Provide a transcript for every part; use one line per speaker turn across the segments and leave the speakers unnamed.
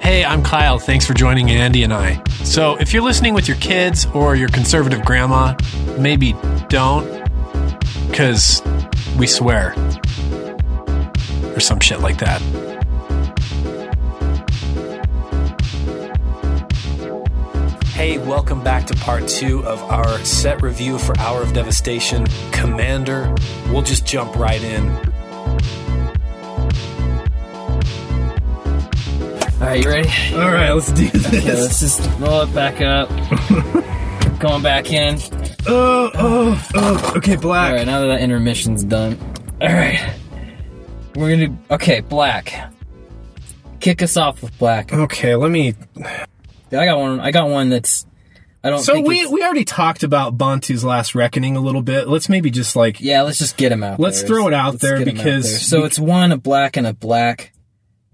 Hey, I'm Kyle. Thanks for joining Andy and I. So, if you're listening with your kids or your conservative grandma, maybe don't, because we swear. Or some shit like that. Hey, welcome back to part two of our set review for Hour of Devastation Commander. We'll just jump right in.
All right, you ready?
All right, let's do
Yeah,
this.
let's just roll it back up. Going back in.
Oh, oh, oh. Okay, black.
All right, now that that intermission's done. All right, we're gonna. do- Okay, black. Kick us off with black. I
Okay, let me.
got one. I got one that's. I don't.
So
think
we
it's-
we already talked about Bantu's Last Reckoning a little bit. Let's maybe just like
Yeah, let's just get him out.
Let's
there.
throw it out there
get 'em
because-
so it's one a black and a black.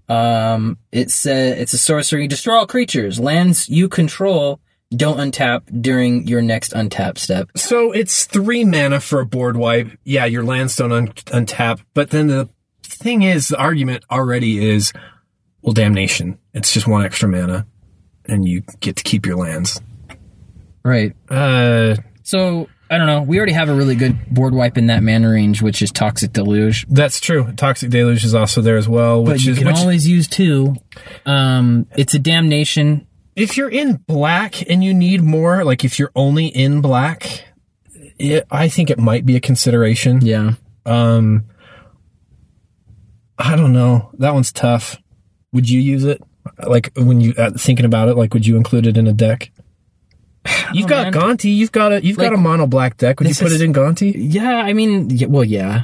Um, it said it's a sorcery. Destroy all creatures. Lands you control don't untap during your next untap step.
so it's three mana for a board wipe. Yeah, your lands don't un- untap, but then the thing is, the argument already is, well, damnation. It's just one extra mana, and you get to keep your lands.
Right.
Uh,
So I don't know. We already have a really good board wipe in that mana range, which is Toxic Deluge.
that's true. Toxic Deluge is also there as well,
But
which
you
is
can
which
always use two. Um, it's a damnation.
if you're in black and you need more, like if you're only in black, it, I think it might be a consideration.
Yeah.
Um, I don't know. That one's tough. Would you use it? Like when you uh, thinking about it, like would you include it in a deck? You've
man.
got Gonti. You've got a you've got a
Like,
mono black deck. Would you
this
put
is-
it in Gonti?
Yeah. I mean, yeah, well, yeah,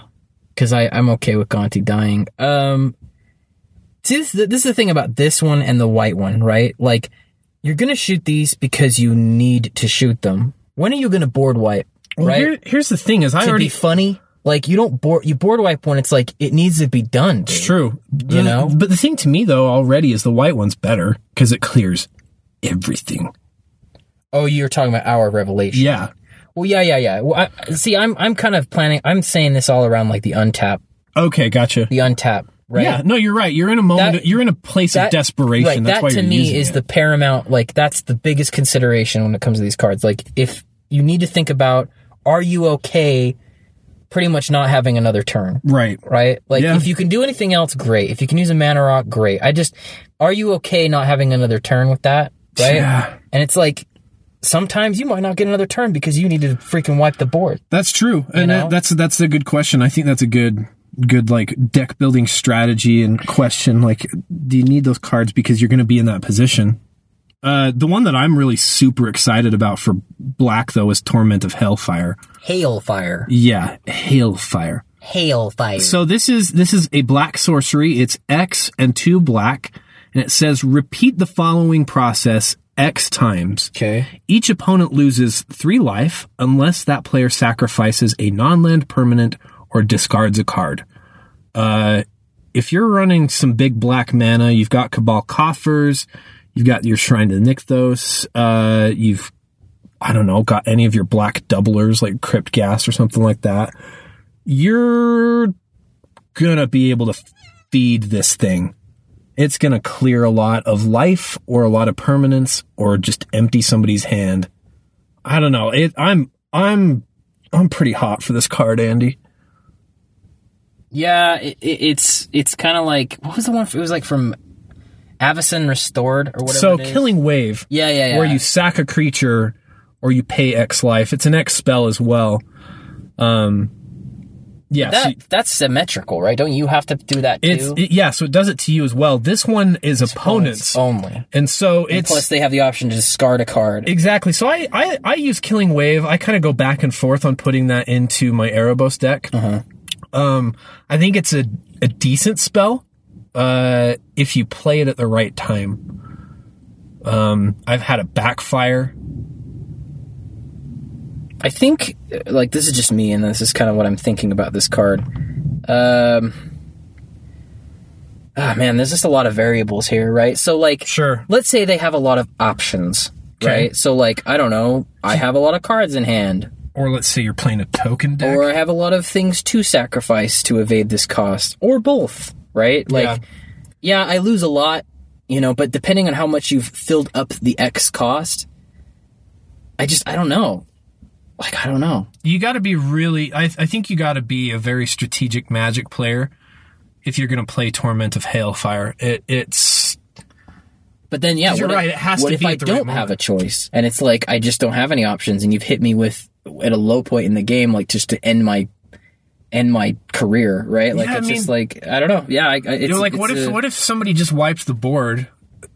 because I I'm okay with Gonti dying. Um, see, this, this is the thing about this one and the white one, right? Like, you're gonna shoot these because you need to shoot them. When are you gonna board wipe?
Well,
right.
here- here's the thing: is I
to
already
be funny. Like you don't board you board wipe when it's like it needs to be done. dude.
It's true. The-
know?
But the thing to me though already is the white one's better because it clears everything.
Oh, you're talking about our revelation.
Yeah.
Well, yeah, yeah, yeah. Well, I, see, I'm I'm kind of planning. I'm saying this all around like the untap,
Okay. Gotcha.
the untap, right?
Yeah, no, you're right. You're in a moment.
That-
you're in a place of
That-
desperation.
Right.
That's
that
why
to
you're
me
using
is
it.
the paramount. Like that's the biggest consideration when it comes to these cards. Like if you need to think about, are you okay? Pretty much not having another turn.
right.
right? Like
Yeah.
if you can do anything else, great. If you can use a mana rock, great. I just are you okay not having another turn with that? Right?
Yeah.
And it's like sometimes you might not get another turn because you need to freaking wipe the board.
That's true, and
know?
that- that's that's a good question. I think that's a good good like deck building strategy and question. Like, do you need those cards because you're going to be in that position? Uh, the one that I'm really super excited about for black though is Torment of Hellfire.
Hailfire.
Yeah, Hailfire.
Hailfire.
So this is this is a black sorcery. It's X and two black, and it says repeat the following process X times.
okay.
Each opponent loses three life unless that player sacrifices a non land permanent or discards a card. Uh, if you're running some big black mana, you've got Cabal Coffers, you've got your Shrine to Nykthos, uh, you've, I don't know, got any of your black doublers like Crypt Gas or something like that. You're gonna be able to feed this thing it's going to clear a lot of life or a lot of permanence or just empty somebody's hand. I don't know. It I'm I'm I'm pretty hot for this card, Andy.
Yeah, it, it, it's it's kind of like what was the one? It was like from Avison Restored or whatever.
so
it is.
killing wave
Yeah, yeah, yeah.
where you sack a creature or you pay X life. It's an X spell as well. Um yeah, so
that that's symmetrical, right? Don't you have to do that too?
it's it- yeah, so it does it to you as well. This one is opponents.
only.
And so it's
Plus, they have the option to discard a card.
Exactly. So I, I, I use Killing Wave. I kind of go back and forth on putting that into my Erebos deck. Um, I think it's a, a decent spell uh, if you play it at the right time. Um, I've had a backfire.
I think, uh, like, this is just me, and this is kind of what I'm thinking about this card. Um, ah, man, there's just a lot of variables here, right? So, like,
Sure.
let's say they have a lot of options,
Okay.
right? So, like, I don't know, I have a lot of cards in hand,
Or let's say you're playing a token deck.
or I have a lot of things to sacrifice to evade this cost, or both, right? Like, yeah, I lose a lot you know, but depending on how much you've filled up the X cost, I just, I don't know. Like, I don't know.
you got to be really I, I think you got to be a very strategic magic player if you're going to play torment of hailfire it, it's
But then, yeah,
You're
what
right,
If,
it has
what
to
if
be
I
at the right
don't have
moment.
a choice, and it's like I just don't have any options, and you've hit me with at a low point in the game, like just to end my end my career, right? Like
Yeah, I
it's just
mean-
like I don't know. Yeah, I, I- it's,
you know like
it's
what if
a-
what if somebody just wipes the board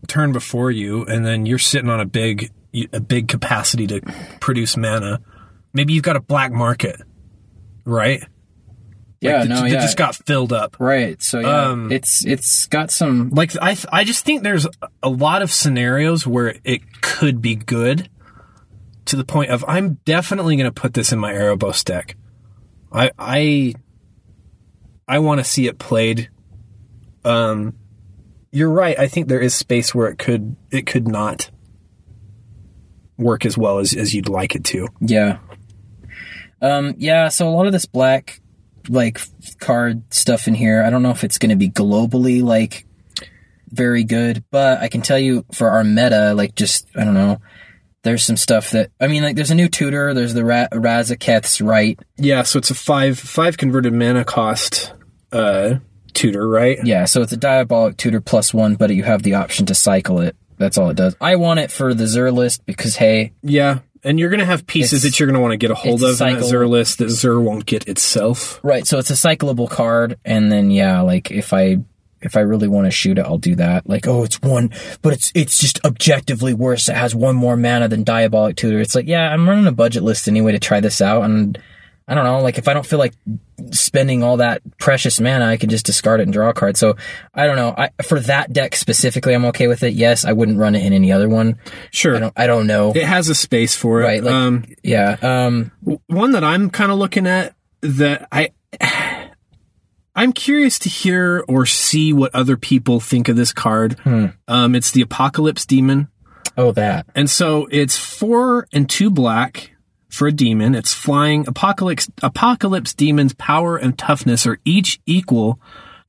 turn before you and then you're sitting on a big a big capacity to produce mana maybe you've got a black market right
yeah,
that,
no,
that
yeah,
just got filled up
right. So yeah,
Um,
it's it's got some
like I th- I just think there's a lot of scenarios where it could be good to the point of I'm definitely going to put this in my Erebos deck. I I I want to see it played. Um you're right. I think there is space where it could it could not work as well as, as you'd like it to.
Yeah. Um, yeah, so a lot of this black like f- card stuff in here, I don't know if it's gonna be globally like very good, but I can tell you for our meta, like just I don't know, there's some stuff that I mean like there's a new tutor, there's the Ra- Razaketh's right.
Yeah, so it's a 5 5 converted mana cost uh tutor, right?
Yeah, so it's a diabolic tutor plus one, but you have the option to cycle it. That's all it does. I want it for the Zur list because hey,
Yeah, and you're gonna have pieces
It's-
that you're gonna want to get a hold
it's
of in that
cycle.
Zer list that Zer won't get itself.
Right, so it's a cyclable card, and then yeah, like if I if I really want to shoot it, I'll do that. Like, oh, it's one, but it's it's just objectively worse. It has one more mana than Diabolic Tutor. It's like, yeah, I'm running a budget list anyway to try this out, and I don't know, like if I don't feel like spending all that precious mana, I can just discard it and draw a card. So I don't know. I for that deck specifically, I'm okay with it. Yes, I wouldn't run it in any other one. I
Sure,
don't. I don't know.
it has a space for it.
Right, like-
um,
Yeah. Um.
w- one that I'm kind of looking at that I. I'm curious to hear or see what other people think of this card.
Hmm.
Um, it's the Apocalypse Demon.
Oh, that.
And so it's four and two black for a demon. It's flying. Apocalypse, Apocalypse Demon's power and toughness are each equal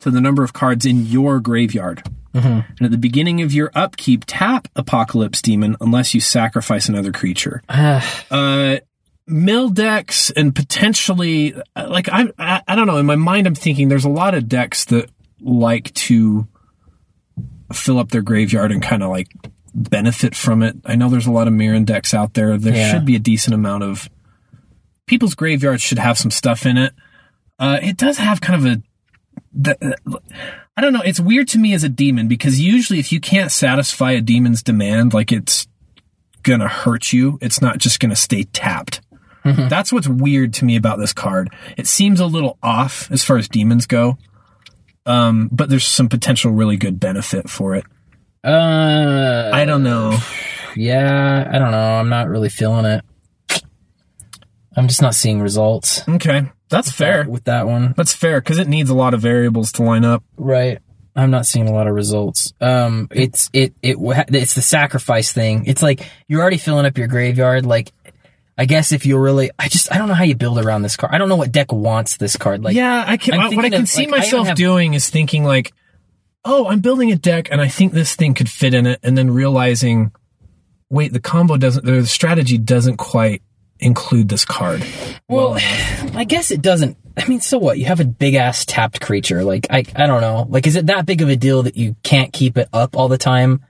to the number of cards in your graveyard. And at the beginning of your upkeep, tap Apocalypse Demon unless you sacrifice another creature.
Ah,
Uh, mill decks and potentially, like, I'm, I, I don't know. In my mind, I'm thinking there's a lot of decks that like to fill up their graveyard and kind of like benefit from it. I know there's a lot of Mirren decks out there. There
Yeah.
should be a decent amount of people's graveyards should have some stuff in it. Uh, it does have kind of a the, I don't know. It's weird to me as a demon because usually if you can't satisfy a demon's demand, like it's gonna hurt you. It's not just gonna stay tapped.
Mm-hmm.
That's what's weird to me about this card. It seems a little off as far as demons go. Um, but there's some potential really good benefit for it.
uh.
I don't know.
Yeah, I don't know. I'm not really feeling it. I'm just not seeing results
Okay. That's fair.
with that one.
That's fair because it needs a lot of variables to line up.
Right. I'm not seeing a lot of results. Um, it's it it wa- it's the sacrifice thing. It's like you're already filling up your graveyard. Like, I guess if you're really, I just I don't know how you build around this card. I don't know what deck wants this card. Like,
yeah, I can.
I'm
I- what I
thinking
can
of,
see
like, I don't
myself
have-
doing is thinking like, "Oh, I'm building a deck, and I think this thing could fit in it," and then realizing, "Wait, the combo doesn't. The strategy doesn't quite include this card."
Well, I guess it doesn't. I mean, so what? You have a big ass tapped creature. Like, I, I don't know. Like, is it that big of a deal that you can't keep it up all the time?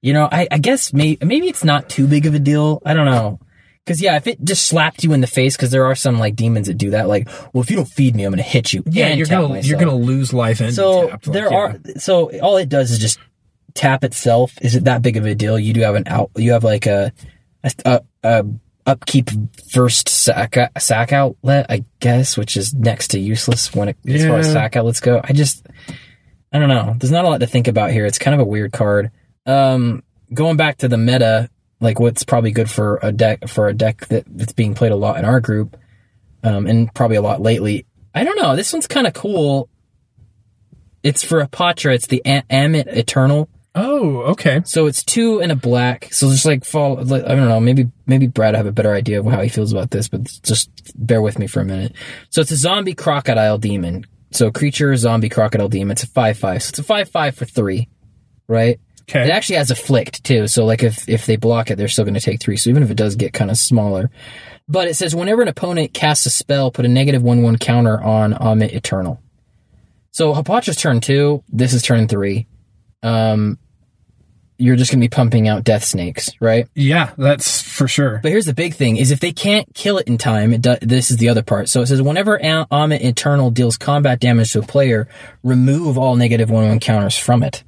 You know, I, I guess may, maybe it's not too big of a deal. I don't know. Cause yeah, if it just slapped you in the face, cause there are some like demons that do that. Like, well, if you don't feed me, I'm gonna hit you.
Yeah,
and
you're
tap
gonna you're
myself.
gonna lose life and
So
be tapped, like,
there
yeah.
are. So all it does is just tap itself. Is it that big of a deal? You do have an out. You have like a a, a, a upkeep first sack uh, sack outlet, I guess, which is next to useless when it, as far as
Yeah.
sack outlets go. I just I don't know. There's not a lot to think about here. It's kind of a weird card. Um, going back to the meta, like what's probably good for a deck for a deck that, that's being played a lot in our group, um, and probably a lot lately. I don't know. This one's kind of cool. It's for a Patra. It's the a- Amit Eternal.
Oh, okay.
So it's two and a black. So just like fall, like, I don't know. Maybe maybe Brad will have a better idea of how he feels about this, but just bear with me for a minute. So it's a zombie crocodile demon. So creature zombie crocodile demon. It's a five five. So it's a five five for three, right?
Okay.
It actually has a flicked too, so like if if they block it, they're still going to take three. So even if it does get kind of smaller, but it says whenever an opponent casts a spell, put a negative one one counter on Amit Eternal. So Hapacha's turn two. This is turn three. Um, you're just going to be pumping out Death Snakes, right?
yeah, that's for sure.
But here's the big thing: is if they can't kill it in time, it do- this is the other part. So it says whenever Am- Amit Eternal deals combat damage to a player, remove all negative one one counters from it.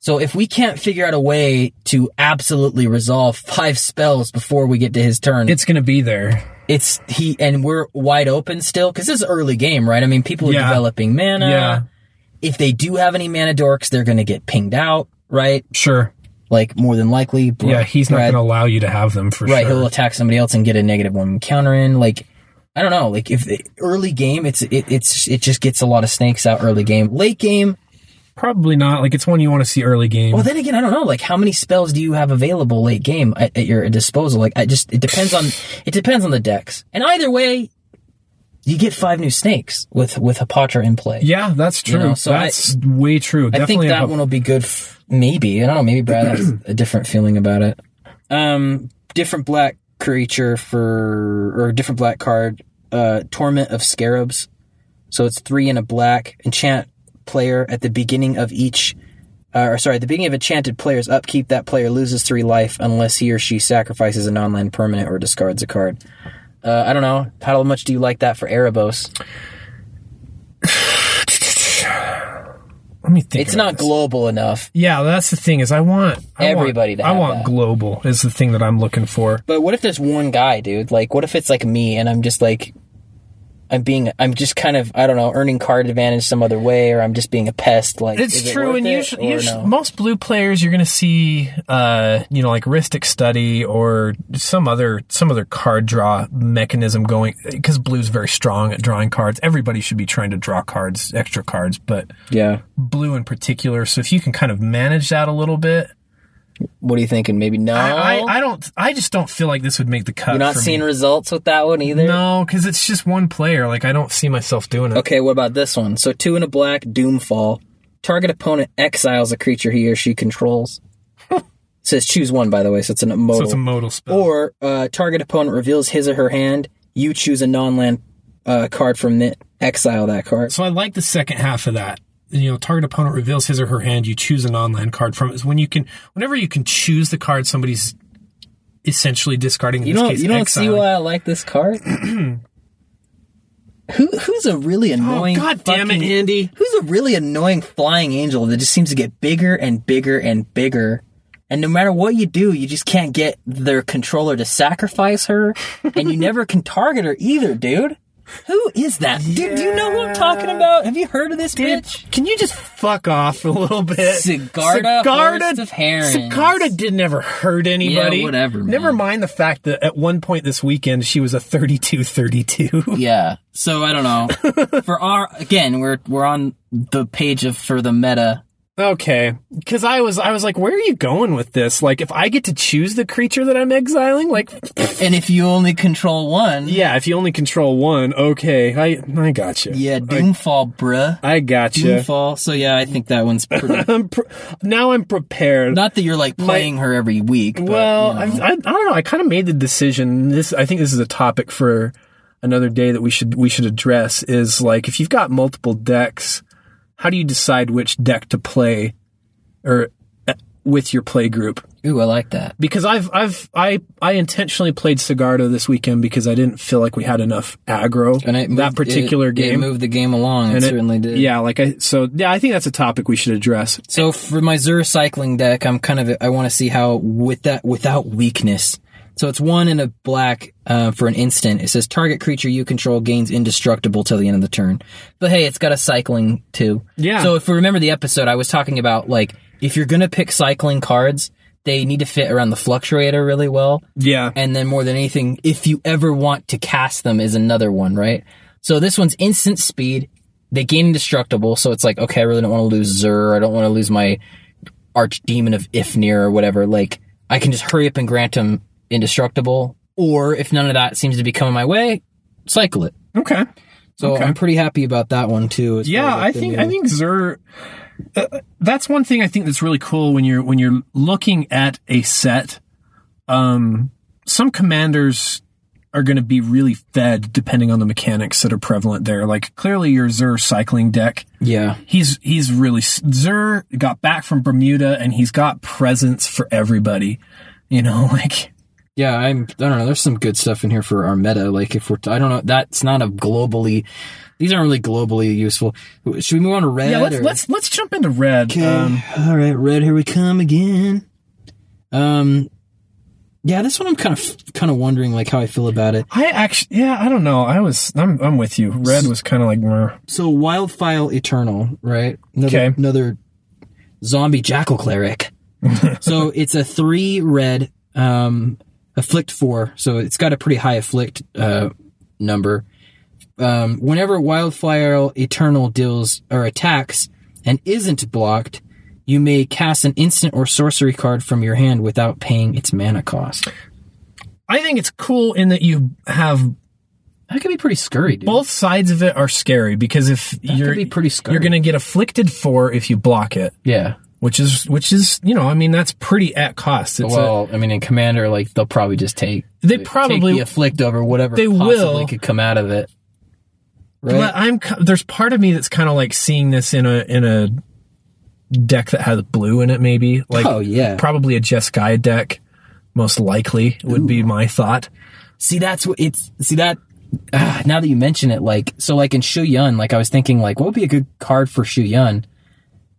So if we can't figure out a way to absolutely resolve five spells before we get to his turn,
It's going to be there.
it's he and we're wide open still because this is early game, right? I mean, people are
Yeah.
developing mana.
Yeah.
If they do have any mana dorks, they're going to get pinged out, right?
Sure.
Like more than likely. Br-
Yeah, he's not
Brad-
going to allow you to have them for
right
sure.
he'll attack somebody else and get a negative one counter in like i don't know like if early game it's it, it's it just gets a lot of snakes out early game late game
Probably not. Like it's one you want to see early game.
well then again i don't know like how many spells do you have available late game at, at your disposal like i just it depends on it depends on the decks and either way you get five new snakes with with Hapatra in play
yeah, that's true.
know, so I-
that's way true.
I think
Definitely.
that
a-
one will be good. F- maybe I don't know. Maybe Brad has a different feeling about it. Um, different black creature for or different black card. Uh, Torment of Scarabs. So it's three and a black enchant player at the beginning of each. Uh, or sorry, at the beginning of enchanted player's upkeep, that player loses three life unless he or she sacrifices a non-land permanent or discards a card. Uh, I don't know. How much do you like that for Erebos?
Let me think.
It's
about
not
this.
global enough.
Yeah, that's the thing is I want I want-
Everybody to have
I want
that.
global is the thing that I'm looking for.
But what if there's one guy, dude? Like, what if it's like me and I'm just like, I'm being, I'm just kind of, I don't know, earning card advantage some other way, or I'm just being a pest. Like, is
It's
it
true,
worth
and
it
usually,
or
usually
no?
most blue players you're going to see, uh, you know, like Ristic Study or some other some other card draw mechanism going because blue's very strong at drawing cards. Everybody should be trying to draw cards, extra cards, but
yeah.
blue in particular. So if you can kind of manage that a little bit,
What are you thinking? Maybe no.
I, I, I don't, I just don't feel like this would make the cut.
You're not
for
seeing
me.
results with that one either.
no, because it's just one player. Like I don't see myself doing it.
Okay, what about this one? So two in a black, Doomfall. Target opponent exiles a creature he or she controls. It says choose one, by the way, so it's an modal.
So it's a modal spell.
Or uh, target opponent reveals his or her hand. You choose a non-land uh, card from it. Exile that card.
So I like the second half of that. You know, target opponent reveals his or her hand. You choose an online card from it. It's when you can, whenever you can choose the card somebody's essentially discarding. In
You
this
don't.
case,
you don't see
exiling.
why I like this card. Who, who's a really annoying?
Oh, God damn it,
fucking-
Andy.
Who's a really annoying flying angel that just seems to get bigger and bigger and bigger, and no matter what you do, you just can't get their controller to sacrifice her, and you never can target her either, dude. Who is that? Dude, do you know who I'm talking about? Have you heard of this bitch?
Can you just fuck off a little bit?
Sigarda, Horst of Herons.
Sigarda did never hurt anybody.
Yeah, whatever, man.
Never mind the fact that at one point this weekend she was a 32-32.
Yeah. So I don't know. For our again, we're we're on the page of for the meta
okay, because I was I was like, where are you going with this? Like, if I get to choose the creature that I'm exiling, like,
And if you only control one, yeah,
yeah, if you only control one, okay, I I gotcha.
Doomfall, bruh.
I gotcha.
Doomfall. So yeah, I think that one's pretty.
I'm pr- now I'm prepared.
not that you're like playing her every week. But,
Well,
you know.
I've- I, I don't know. I kind of made the decision. This, I think, this is a topic for another day that we should we should address. Is like if you've got multiple decks, how do you decide which deck to play, or uh, with your play group?
ooh, I like that.
Because I've I've I I intentionally played Sigardo this weekend because I didn't feel like we had enough aggro
And it
that
moved-
particular
it-
game.
it moved the game along. It,
And it-
certainly did.
Yeah, like I so yeah, I think that's a topic we should address.
So for my Zur cycling deck, I'm kind of I want to see how with that without weakness. So it's one and a black uh, for an instant. It says target creature you control gains indestructible till the end of the turn. But hey, it's got a cycling too.
Yeah.
So if we remember the episode, I was talking about like if you're gonna pick cycling cards, they need to fit around the fluctuator really well.
Yeah.
And then more than anything, if you ever want to cast them is another one, right? So this one's instant speed. They gain indestructible, so it's like, okay, I really don't want to lose Zur. I don't want to lose my archdemon of Ifnir or whatever. Like, I can just hurry up and grant him indestructible. Or if none of that seems to be coming my way, cycle it.
Okay.
So I'm pretty happy about that one too. as far
Yeah,
as, like,
I
the
think
new-
I think Zur that's one thing I think that's really cool when you're when you're looking at a set. Um, some commanders are going to be really fed depending on the mechanics that are prevalent there. Like clearly your Zur cycling deck,
Yeah.
he's he's really Zur got back from Bermuda and he's got presence for everybody. You know, like
Yeah, I'm. I don't know. There's some good stuff in here for our meta. Like if we're, I don't know. That's not a globally. These aren't really globally useful. Should we move on to red?
yeah. Let's
or-
let's let's jump into red. um,
Okay. All right, red. Here we come again. Um. Yeah, this one I'm kind of kind of wondering like how I feel about it.
I actually, yeah, I don't know. I was, I'm, I'm with you. Red was kind of like, meh.
So Wildfile Eternal, right? Another,
Okay.
Another zombie jackal cleric. so it's a three red, um, afflict four. So it's got a pretty high afflict uh, number. Um, whenever Wildfire Eternal deals or attacks and isn't blocked, you may cast an instant or sorcery card from your hand without paying its mana cost.
I think it's cool in that you have
That could be pretty scurry, dude.
both sides of it are scary because if you're,
could be pretty scary.
you're going to get afflicted for if you block it,
yeah.
which is, which is, you know, I mean, that's pretty at cost. It's a-
Well, I mean, in Commander, like they'll probably just take
They
take
probably-
the afflict over whatever
They
possibly
will.
could come out of it. Right?
but I'm, ki- there's part of me that's kind of like seeing this in a, in a deck that has blue in it, maybe like
oh yeah.
probably a Jeskai deck. Most likely would be my thought.
see, that's what it's. See that. ah, now that you mention it, like so, like in Shu Yun, like I was thinking, like what would be a good card for Shu Yun?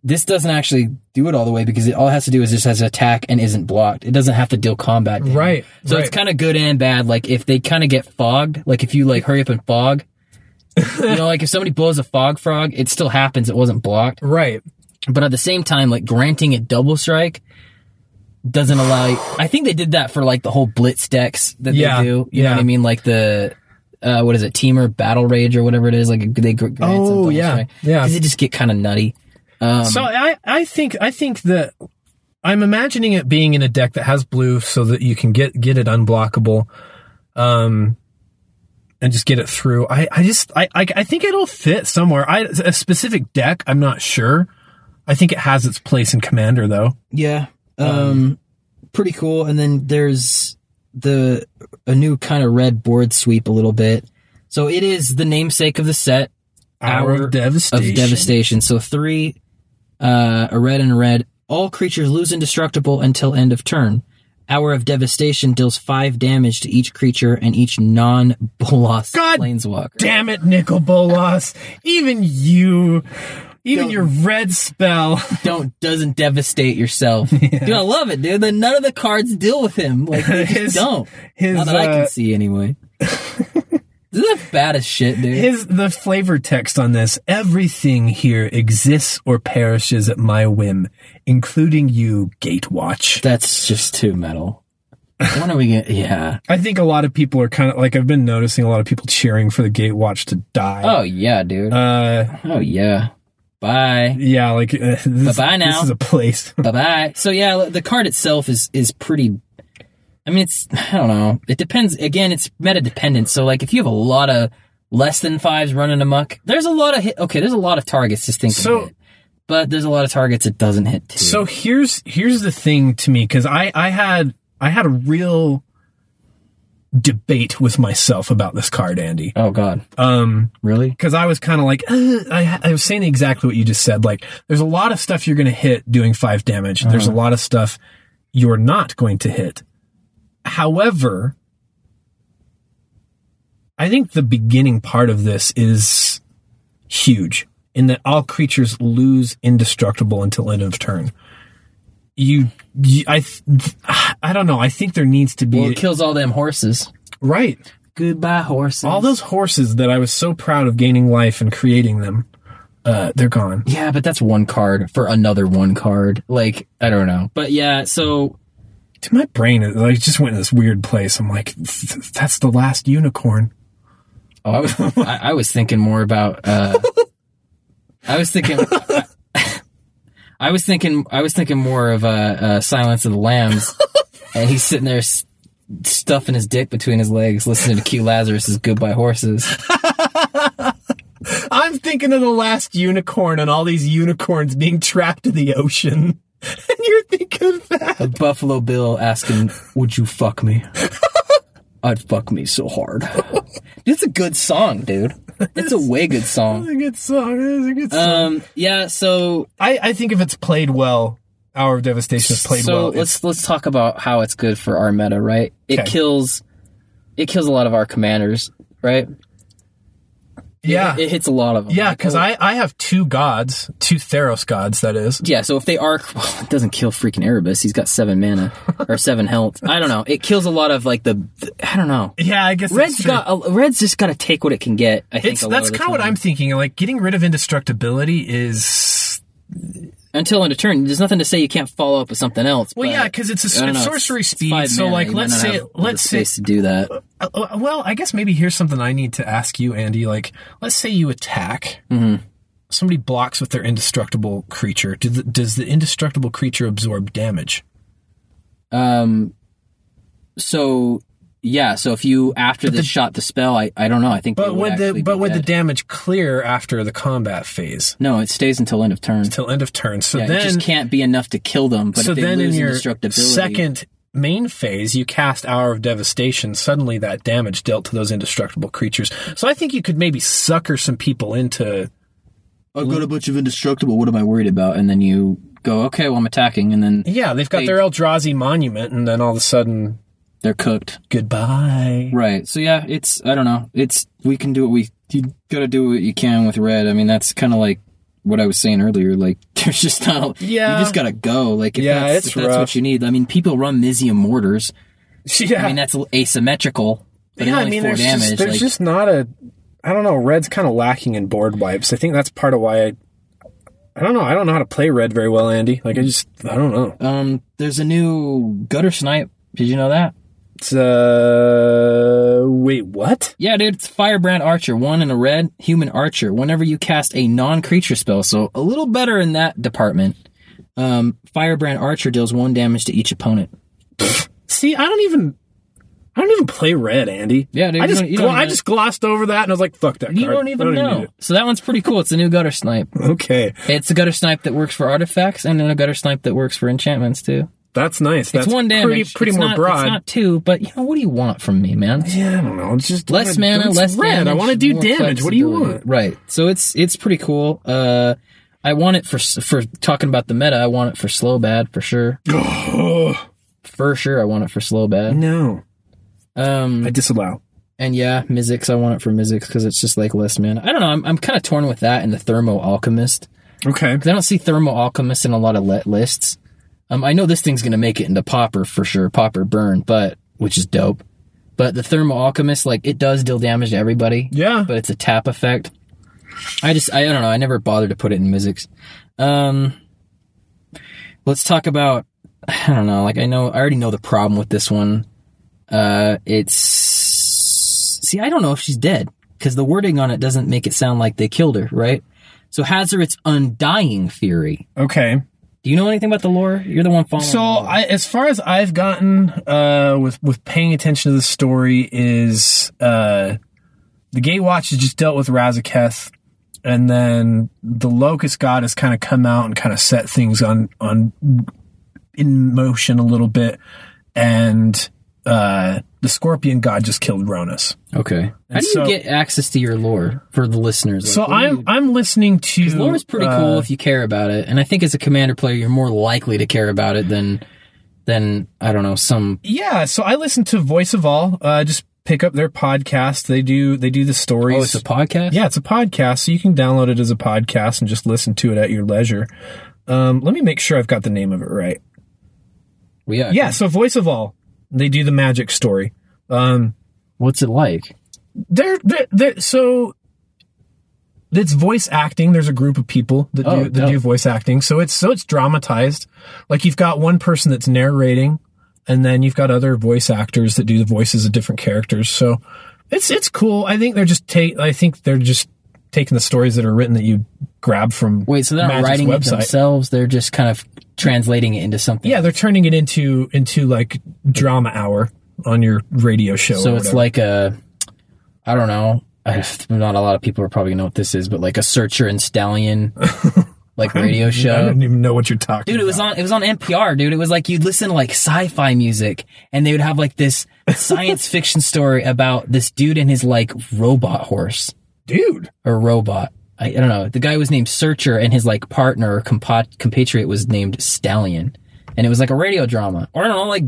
This doesn't actually do it all the way because it all it has to do is just has attack and isn't blocked. It doesn't have to deal combat. damage.
Right,
So
right.
it's kind of good and bad. Like if they kind of get fogged, like if you like hurry up and fog, you know, like if somebody blows a fog frog, it still happens. It wasn't blocked.
Right.
but at the same time, like granting it double strike doesn't allow. You, I think they did that for like the whole blitz decks that
Yeah,
they do. You know
yeah.
what I mean? Like the uh, what is it, teamer battle rage or whatever it is. Like they gr- grant some
Oh,
double
yeah,
strike.
yeah.
'Cause they just get kind of nutty. Um,
So I, I think I think that I'm imagining it being in a deck that has blue so that you can get get it unblockable, um, and just get it through. I, I just I, I I think it'll fit somewhere. I a specific deck. I'm not sure. I think it has its place in Commander though.
Yeah. Um, pretty cool. And then there's the a new kind of red board sweep a little bit. So it is the namesake of the set. Hour
Our devastation.
of devastation. So three, uh, a red and a red. All creatures lose indestructible until end of turn. Hour of devastation deals five damage to each creature and each non-Bolas
God
planeswalker.
Damn it, Nicol Bolas! Even you, even
Don't-
your red spell.
Don't doesn't devastate yourself. Dude, I love it, dude. Then none of the cards deal with him. Like they just
His-
don't.
his,
Not that I
uh,
can see anyway. this is bad as shit, dude.
His the flavor text on this: everything here exists or perishes at my whim, including you, Gatewatch.
That's just too metal. When are we gonna? Yeah.
I think a lot of people are kind of like I've been noticing a lot of people cheering for the Gatewatch to die.
Oh yeah, dude.
Uh,
oh yeah. Bye.
yeah, like uh, this,
Bye-bye now.
This is a place.
bye bye. So yeah, the card itself is is pretty. I mean, it's I don't know. It depends. Again, it's meta dependent. So like, if you have a lot of less than fives running amok, there's a lot of hit. Okay, there's a lot of targets this thing can
So-
hit, but there's a lot of targets it doesn't hit too.
So here's here's the thing to me because I I had I had a real debate with myself about this card, Andy.
oh god,
Um,
really?
because I was kind of like, "Uh," I, I was saying exactly what you just said. Like, there's a lot of stuff you're going to hit doing five damage. There's a lot of stuff you're not going to hit. However, I think the beginning part of this is huge in that all creatures lose indestructible until end of turn. You, you I, th- I don't know. I think there needs to be
Well, it kills all them horses.
right.
Goodbye horses.
All those horses that I was so proud of gaining life and creating them, uh, they're gone.
Yeah, but that's one card for another one card. Like I don't know, but yeah. So
Dude, my brain is, like just went in this weird place. I'm like, "Th- that's the last unicorn.
Oh, I was I, I was thinking more about. Uh, I was thinking. I was thinking. I was thinking more of uh, uh, Silence of the Lambs, and he's sitting there s- stuffing his dick between his legs, listening to Q Lazarus's "Goodbye Horses."
I'm
thinking of the last unicorn and all these unicorns being trapped in the ocean. And you're thinking of that.
Buffalo Bill asking, "Would you fuck me?" I'd fuck me so hard. It's a good song, dude. It's a way good song.
a good song. It's a good song.
Um, yeah. So,
I, I think if it's played well, Hour of Devastation is played
so
well.
let's let's talk about how it's good for our meta, right? It
Okay.
kills, it kills a lot of our commanders, right?
yeah.
It hits a lot of them.
Uh, yeah, because I, I have two gods, two Theros gods, that is.
Yeah, so if they are, well, it doesn't kill freaking Erebus. He's got seven mana or seven health. I don't know. It kills a lot of like the, I don't know.
Yeah, I guess
Red's
that's true.
got a, Red's just got to take what it can get. I think
It's,
a lot
that's
of the
kind of what
time.
I'm thinking. Like, getting rid of indestructibility is.
until end of turn. There's nothing to say you can't follow up with something else.
Well,
but
yeah, because it's a
I
s-
don't know,
it's
it's-
sorcery
it's
speed.
five
so,
mana.
like,
You
let's
might not
say,
have the
let's say,
space to do that.
uh, uh, well, I guess maybe here's something I need to ask you, Andy. Like, let's say you attack. Somebody blocks with their indestructible creature. Do the, does the indestructible creature absorb damage?
Um, so yeah, so if you after this shot the spell, I, I don't know. I think they
But would the
actually
but
be
would the
dead.
damage clear after the combat phase
no, it stays until end of turn.
till end of turn? So
Yeah, it
then,
just can't be enough to kill them. But
so
if they
then in
lose
your
indestructibility,
second main phase, you cast Hour of Devastation. Suddenly, that damage dealt to those indestructible creatures. So I think you could maybe sucker some people into.
I've got a bunch of indestructible. What am I worried about? And then you go, okay, well I'm attacking, and then
Yeah, they've got
They-
their Eldrazi monument, and then all of a sudden,
they're cooked.
goodbye.
Right. So yeah, it's I don't know. It's we can do what we you gotta do what you can with red. I mean that's kind of like what I was saying earlier. Like there's just not.
Yeah.
You just gotta go. Like if
Yeah, it's
that's, if that's
rough.
what you need. I mean people run Mizium mortars.
Yeah,
I mean that's asymmetrical. But
yeah.
only
I mean,
four
there's
damage.
just there's
like,
just not a. I don't know. Red's kind of lacking in board wipes. I think that's part of why I. I don't know. I don't know how to play red very well, Andy. Like I just, I don't know.
um, there's a new gutter snipe. Did you know that?
It's uh, wait, what?
Yeah, dude, it's Firebrand Archer, one in a red, human archer. Whenever you cast a non creature spell, so a little better in that department. Um, Firebrand Archer deals one damage to each opponent.
See, I don't even. I don't even play red, Andy.
Yeah, dude,
I
you
just
don't- you
glo-
don't
I
even-
just glossed over that and I was like, "Fuck that card."
You don't even
I
know.
need
So that one's pretty cool. It's a new gutter snipe.
it. Okay,
It's a gutter snipe that works for artifacts and then a gutter snipe that works for enchantments too.
that's nice. That's
it's one damage.
Pretty, pretty
It's
more
not-
broad.
It's not two, but you know what do you want from me, man?
yeah, I don't know. It's just
Less
it's
mana, less
red.
Damage,
I want to do
more
damage. What do you
flexibility.
want?
Right. So it's it's pretty cool. Uh, I want it for s- for talking about the meta. I want it for slow bad for sure. for sure, I want it for slow bad.
No,
Um,
I disallow.
and yeah, Mizzix. I want it for Mizzix because it's just like less mana. I don't know. I'm I'm kind of torn with that and the Thermo Alchemist.
Okay,
'Cause I don't see Thermo Alchemist in a lot of let lists. Um, I know this thing's going to make it into Popper for sure, Popper Burn, but which is dope. But the Thermo Alchemist, like it does deal damage to everybody.
Yeah.
but it's a tap effect. I just I don't know. I never bothered to put it in Mizzix. Um, let's talk about I don't know. Like I know I already know the problem with this one. Uh, it's see I don't know if she's dead because the wording on it doesn't make it sound like they killed her, right? So Hazard's undying fury.
okay.
Do you know anything about the lore? You're the one following.
So,
the lore.
I, as far as I've gotten uh, with with paying attention to the story, is uh, the Gatewatch has just dealt with Razaketh, and then the Locust God has kind of come out and kind of set things on on in motion a little bit, and uh, the Scorpion God just killed Ronus.
okay. How do you
so-
get access to your lore for the listeners? Like,
So
what do
I'm
you-
I'm listening to
lore is pretty
uh,
cool if you care about it, and I think as a commander player, you're more likely to care about it than than I don't know some
Yeah, so I listen to Voice of All. Uh, just pick up their podcast. They do they do the stories.
Oh, it's a podcast?
Yeah, it's a podcast, so you can download it as a podcast and just listen to it at your leisure. Um, let me make sure I've got the name of it right.
Well, yeah.
Yeah, so Voice of All, they do the magic story. Um,
What's it like?
they're, they're, they're so it's voice acting. There's a group of people that
Oh,
do that do
dope.
voice acting. So it's so it's dramatized. Like you've got one person that's narrating, and then you've got other voice actors that do the voices of different characters. So it's it's cool. I think they're just take. I think they're just taking the stories that are written that you grab from
Wait, so they're not
Magic's
writing it
website.
themselves; they're just kind of translating it into something.
Yeah, they're turning it into into like drama hour on your radio show. or
So it's
whatever.
like a, I don't know, I, not a lot of people are probably gonna know what this is, but like a searcher and stallion, like radio
I
show.
don't even know what you're talking
uh, Dude, it was on it was on NPR, dude. It was like you'd listen to like sci-fi music and they would have like this science fiction story about this dude and his like robot horse
Dude.
or robot. I, I don't know. The guy was named Searcher and his like partner or compa- compatriot was named Stallion. And it was like a radio drama. Or I don't know, like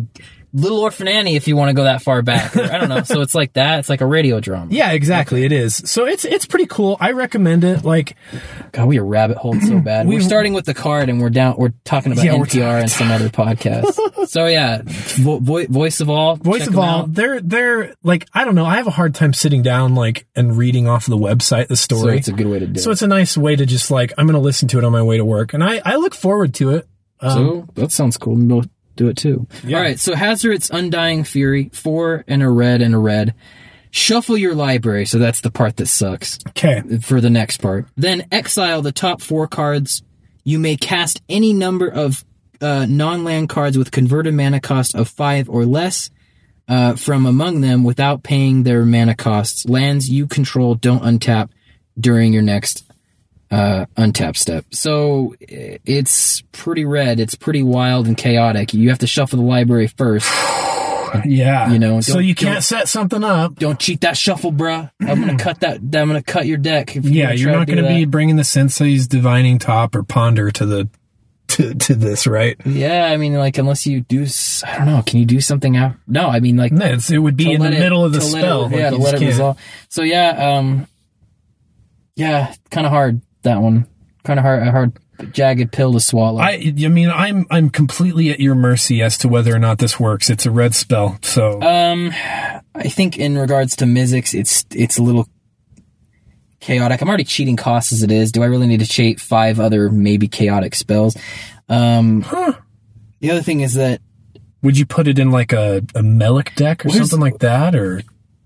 Little Orphan Annie if you want to go that far back. Or, I don't know. So it's like that. It's like a radio drama.
Yeah, exactly. It is. So it's it's pretty cool. I recommend it. Like
God, we are rabbit holed so bad. we're starting with the card, and we're down. We're talking about
Yeah, we're
NPR and some other podcasts. so yeah, vo- vo- voice of all,
Voice
check
of
them
all,
out.
they're they're like I don't know. I have a hard time sitting down like and reading off the website the story.
So it's a good way to do.
So
it.
it's a nice way to just like I'm going to listen to it on my way to work, and I I look forward to it. um,
so that sounds cool. We'll do it too. All right. So Hazard's Undying Fury, four and a red and a red. Shuffle your library. So that's the part that sucks
Okay,
for the next part. Then exile the top four cards. You may cast any number of uh, non-land cards with converted mana cost of five or less uh, from among them without paying their mana costs. Lands you control don't untap during your next uh, untap step. So i- it's pretty red. It's pretty wild and chaotic. You have to shuffle the library first.
yeah,
You know,
so
don't-
you can't set something up.
Don't cheat that shuffle, bruh. I'm gonna cut that. I'm gonna cut your deck. if
Yeah,
gonna
you're
try
not
do
going to
that.
be bringing the sensei's divining top or ponder to the to, to this, right?
Yeah, I mean, like unless you do, s- I don't know. Can you do something out? No, I mean, like
No, it's, it would be
to
in the
let it-
middle of the
to let it-
spell. like, you
yeah, to
just
let it
can't-
resolve. So yeah, um, yeah, kind of hard that one. Kind of hard, a hard jagged pill to swallow.
I, I mean, I'm I'm completely at your mercy as to whether or not this works. It's a red spell, so
um, I think in regards to Mizzix, it's it's a little chaotic. I'm already cheating costs as it is. Do I really need to cheat five other maybe chaotic spells? Um, the other thing is that
would you put it in like a, a melic deck or
Where's-
something like that? Or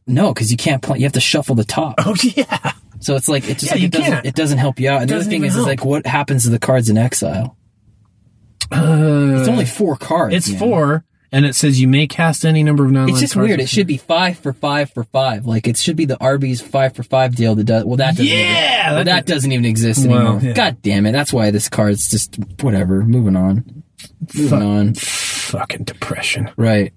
no, because you can't play. You have to shuffle the top.
oh yeah,
So it's like it just
Yeah,
like,
you
it doesn't
can't.
it doesn't help you out. And the other
Doesn't
thing
even
is, is
help.
like what happens to the cards in exile? it's only four cards.
Uh, it's
man.
four, and it says you may cast any number of non.
It's just weird. It should be five for five for five. Like it should be the Arby's five for five deal that does. Well, that doesn't.
Yeah,
even, well,
that-
that doesn't even exist
Well,
anymore.
yeah.
God damn it! That's why this card's just whatever. Moving on. Moving on.
fucking depression.
Right.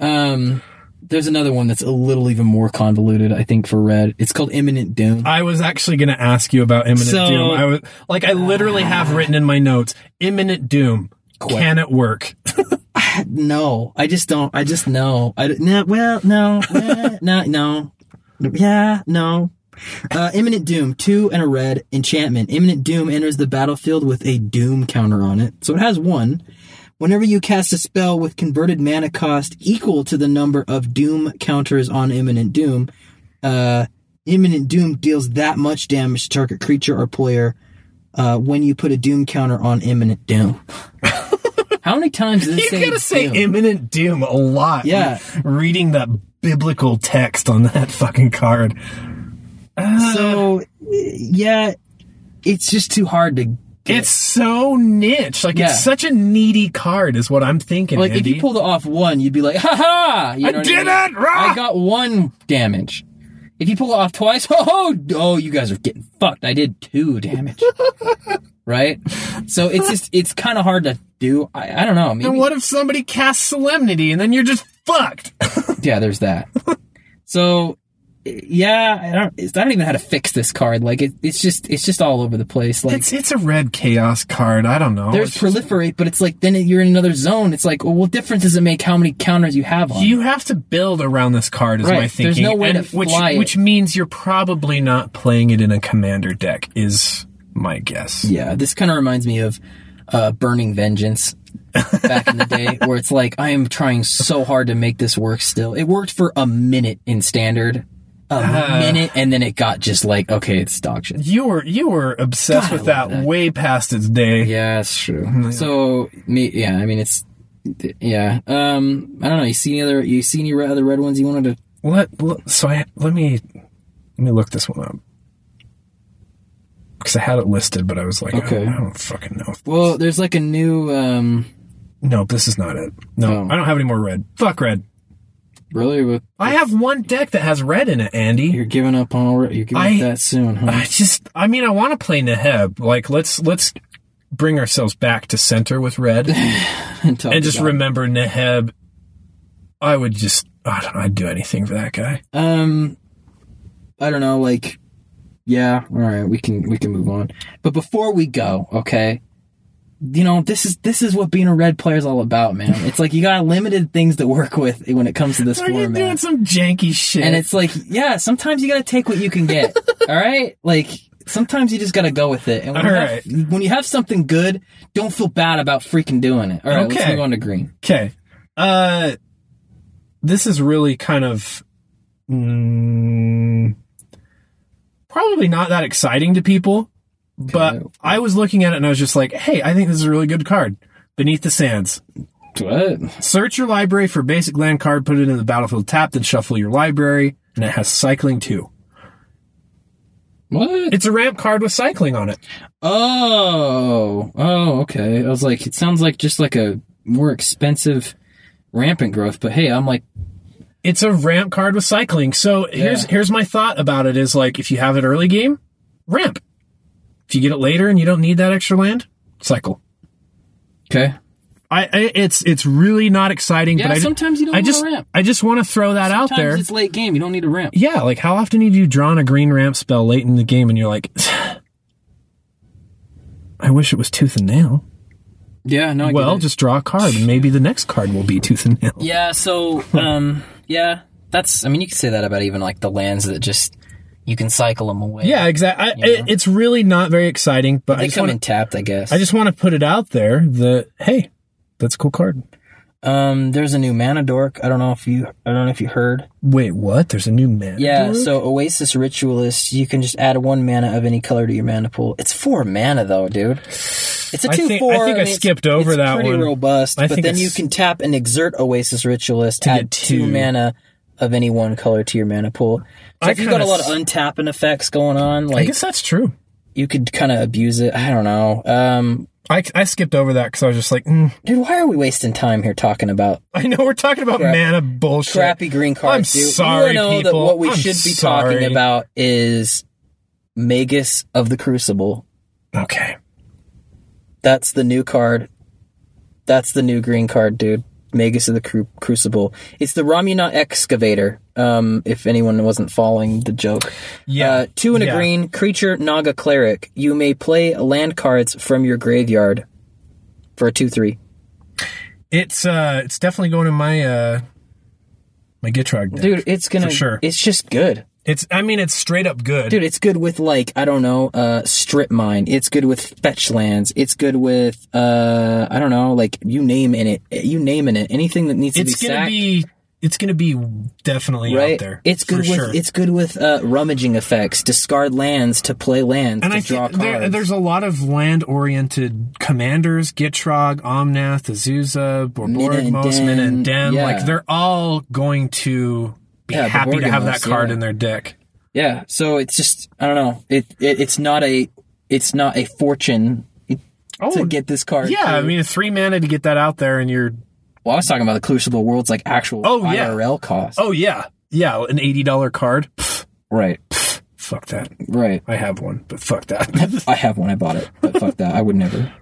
Um. There's another one that's a little even more convoluted. I think for red, it's called Imminent Doom.
I was actually going to ask you about imminent
So-
doom. I was like, I literally have written in my notes imminent doom. Can it work?
No, I just don't. I just know. I don't- no. Well, no, eh, no, no. Yeah, no. Uh, imminent doom, two and a red enchantment. Imminent doom enters the battlefield with a doom counter on it, so it has one. Whenever you cast a spell with converted mana cost equal to the number of doom counters on imminent doom, uh, imminent doom deals that much damage to target creature or player. Uh, when you put a doom counter on imminent doom. How many times does it
You gotta say imminent doom a lot.
Yeah.
reading that biblical text on that fucking card.
so yeah it's just too hard to
It's so niche. Like
Yeah.
it's such a needy card, is what I'm thinking.
like if
Andy.
you pulled it off one you'd be like ha ha you know
I
what
did
I, mean?
it! Rah!
I got one damage if you pull it off twice ho ho oh you guys are getting fucked i did two damage right so it's just it's kind of hard to do i, I don't know maybe,
and what if somebody casts solemnity and then you're just fucked?
yeah there's that so yeah i don't i don't even know how to fix this card like it, it's just it's just all over the place like
It's it's a red chaos card. I don't know.
There's
It's-
proliferate, but it's like then you're in another zone. It's like, well, what difference does it make how many counters you have on? it?
You have to build around this card, is
Right.
my
There's
thinking.
no way
and
to
which,
fly it.
which means you're probably not playing it in a commander deck, is my guess.
yeah, this kind of reminds me of uh, Burning Vengeance back in the day, where it's like I am trying so hard to make this work. Still, it worked for a minute in standard, a minute, and then it got just like, okay, it's dog shit.
You were you were obsessed with that, way past its day.
Yeah, that's true. So me, yeah, I mean it's. Yeah, um, I don't know. You see any other? You see any re- other red ones you wanted to?
Let, let- so I let me let me look this one up because I had it listed, but I was like,
Okay.
I, don't, I don't fucking know. if-
Well, there's like a new. um
Nope, this is not it. No,
Oh.
I don't have any more red. Fuck red.
Really? With
I have one deck that has red in it, Andy.
you're giving up on already? You're giving
I-
up that soon, huh?
I just, I mean, I want to play Neheb. Like, let's let's bring ourselves back to center with red, and just remember Neheb. I would just, I don't know, I'd do anything for that guy.
Um, I don't know. Like, yeah. All right, we can we can move on. But before we go, okay, you know this is this is what being a red player is all about, man. It's like you got limited things to work with when it comes to this
Are you doing
format,
some janky shit?
and it's like, yeah, sometimes you got to take what you can get. all right, like. Sometimes you just gotta go with it, and when,
All
you have, when you have something good, don't feel bad about freaking doing it. All right, let's
Okay.
move on to green.
Okay. Uh, this is really kind of mm, probably not that exciting to people, but I was looking at it and I was just like, hey, I think this is a really good card. Beneath the Sands.
What?
Search your library for a basic land card, put it in the battlefield tapped, then shuffle your library, and it has cycling too.
What?
It's a ramp card with cycling on it.
Oh, oh, okay. I was like, it sounds like just like a more expensive rampant growth, but hey, I'm like,
It's a ramp card with cycling. So here's
Yeah.
here's my thought about it is like if you have it early game, ramp. If you get it later and you don't need that extra land, cycle.
okay.
I, I it's it's really not exciting,
Yeah,
but I ju-
sometimes you don't
I
want
just
a ramp.
I just want to throw that out
Sometimes
there.
it's late game. You don't need a ramp.
Yeah, like how often have you drawn a green ramp spell late in the game and you're like I wish it was tooth and nail.
Yeah, no. I get
Well,
it.
just draw a card and maybe the next card will be tooth and nail.
yeah. So, um, yeah, that's. I mean, you could say that about even like the lands that just you can cycle them away.
Yeah, exactly. It's really not very exciting, but I
they
just
come
want
in tapped, I guess.
I just want to put it out there that hey, that's a cool card.
um, there's a new mana dork. I don't know if you, I don't know if you heard.
Wait, what? There's a new man.
Yeah, so Oasis Ritualist, you can just add one mana of any color to your mana pool. It's four mana though, dude. It's a
I
two
think-
four.
I think I
mean, it's-
skipped over
it's
that
pretty
one.
robust,
I
but
think
then you
it's-
can tap and exert Oasis Ritualist to add
get two.
two. mana of any one color to your mana pool. So
I
if you've got
kinda
a lot of
s-
untapping effects going on,
I
like
guess that's true.
you could kind of abuse it. I don't know, um,
I, I skipped over that because I was just like, mm,
dude. Why are we wasting time here talking about
I know we're talking about mana bullshit.
crappy green cards,
I'm
dude.
sorry,
you know
people.
that what we
I'm
should be
sorry.
talking about is Magus of the Crucible.
Okay.
That's the new card. That's the new green card, dude. Magus of the Cru- Crucible. It's the Romuna Excavator. Um, if anyone wasn't following the joke,
Yeah.
Uh, two and a
Yeah.
green creature Naga Cleric. You may play land cards from your graveyard for a two-three.
It's uh, it's definitely going in my uh, my Gitrog deck.
Dude, it's gonna.
For sure.
It's just good.
It's I mean it's straight up good.
dude it's good with like i don't know uh strip mine it's good with fetch lands it's good with uh i don't know like you name in it you name in it anything that needs to
it's
be
gonna
sacked,
be it's gonna be definitely
right
out there.
it's good
for
with
sure.
it's good with uh rummaging effects discard lands to play lands
and
to
I
draw
think there,
cards
there's a lot of land-oriented commanders: Gitrog, Omnath, Azusa,
Mina
Borborg,
and
Mos,
Den,
Mina, and Den.
yeah.
Like they're all going to be
Yeah,
happy to have that
Borborygmos,
card
yeah.
in their deck.
yeah so it's just i don't know it, it it's not a it's not a fortune to
Oh,
get this card
yeah. I
through.
mean, three mana to get that out there, and you're
well i was talking about the crucible world's like actual
Oh, yeah.
irl cost
oh yeah, yeah, an eighty-dollar card. Pfft,
right
fuck that.
right
I have one, but fuck that.
I have one. I bought it, but fuck that. I would never.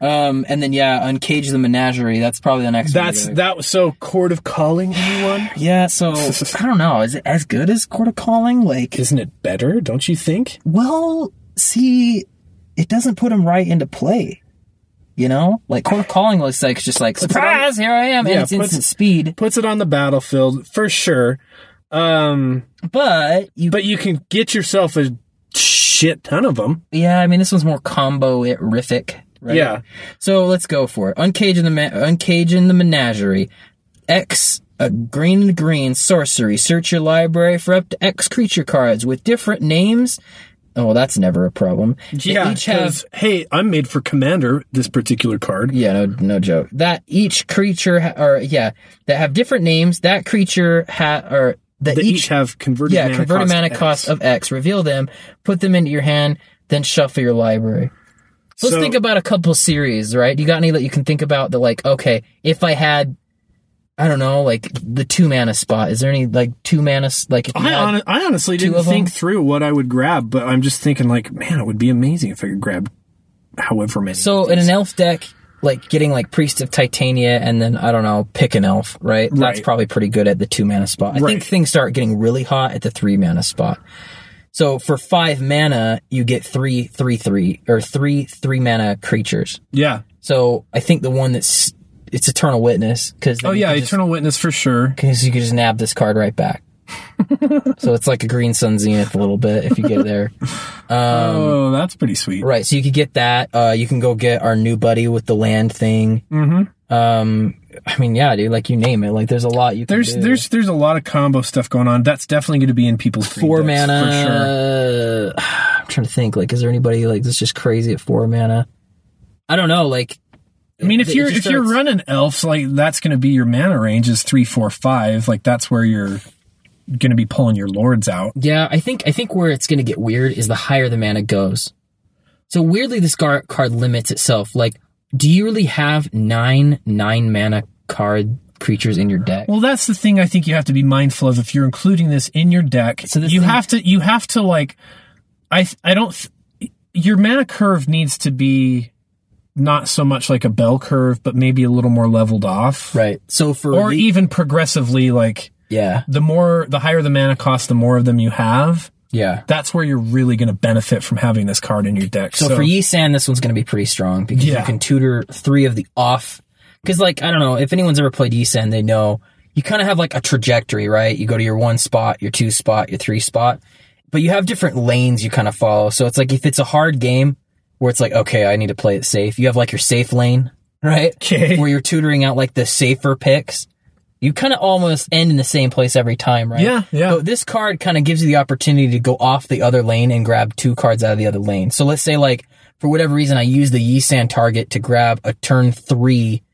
Um, and then yeah, uncage the menagerie. That's probably the next. one
That's
to go.
that was so court of calling anyone.
Yeah, so I don't know. Is it as good as Court of Calling? Like,
Isn't it better? Don't you think?
well, see, it doesn't put him right into play. You know, like Court of Calling looks like it's just like surprise. Here I am,
Yeah,
and it's
puts-
instant speed.
Puts it on the battlefield for sure. Um,
But you,
but you can get yourself a shit ton of them.
yeah, I mean, this one's more combo itrific. Right?
Yeah.
So let's go for it. Uncage in the ma- uncage in the menagerie. X a green and green sorcery. Search your library for up to X creature cards with different names. Oh, that's never a problem. They each have
'cause, hey, I'm made for commander. This particular card.
yeah, no, no joke. That each creature ha- or yeah, that have different names. That creature ha- or that
They
each
each have converted.
yeah
mana
converted
cost
mana
X.
cost of X. Reveal them. Put them into your hand. Then shuffle your library. Let's
So-
think about a couple series, right? You got any that you can think about that, like, okay, if I had, I
I don't know, like the two mana spot. Is there any like two mana s- like if you
I,
had-
hon- I honestly didn't
of 'em?
think through what I would grab, but I'm just thinking like, man, it would be amazing if I could grab however many.
So in an elf deck, like getting like Priest of Titania and then I don't know, pick an elf, right? That's
Right.
probably pretty good at the two mana spot. I
Right.
think things start getting really hot at the three mana spot. So for five mana, you get three three three or three three mana creatures.
yeah.
So I think the one that's it's Eternal Witness because
Oh yeah, Eternal Witness for sure.
because you can just nab this card right back. so it's like a Green Sun Zenith a little bit if you get there.
oh, that's pretty sweet.
Right, so you could get that. Uh, you can go get our new buddy with the land thing. Mm-hmm. Um, I mean, yeah, dude, like you name it. Like, there's a lot you can
There's
do.
there's there's a lot of combo stuff going on. That's definitely going to be in people's green
four
decks, for sure.
mana. I'm trying to think. Like, is there anybody like that's just crazy at four mana? I don't know. Like,
I mean, if
it
you're
just
if you're
starts-
running elves, like that's going to be your mana range is three, four, five. Like that's where you're going to be pulling your lords out.
Yeah, I think I think where it's going to get weird is the higher the mana goes. So weirdly, this gar- card limits itself. Like, do you really have nine nine mana card creatures in your deck?
Well, that's the thing I think you have to be mindful of if you're including this in your deck.
So this
you
thing-
have to you have to like I th- I don't th- your mana curve needs to be not so much like a bell curve, but maybe a little more leveled off.
Right. So for
Or e-
the-
even progressively like
yeah,
the more the higher the mana cost, the more of them you have.
yeah.
That's where you're really going to benefit from having this card in your deck.
So, for Yisan, this one's going to be pretty strong because
Yeah.
you can tutor three of the off. Because like I don't know if anyone's ever played Yisan, they know you kind of have like a trajectory, right? You go to your one spot, your two spot, your three spot, but you have different lanes you kind of follow. So it's like if it's a hard game where it's like okay, I need to play it safe. You have like your safe lane, right?
Okay.
Where you're tutoring out like the safer picks. You kind of almost end in the same place every time, right?
Yeah, yeah.
So Oh, this card kind of gives you the opportunity to go off the other lane and grab two cards out of the other lane. So let's say like for whatever reason I use the Yisan target to grab a turn three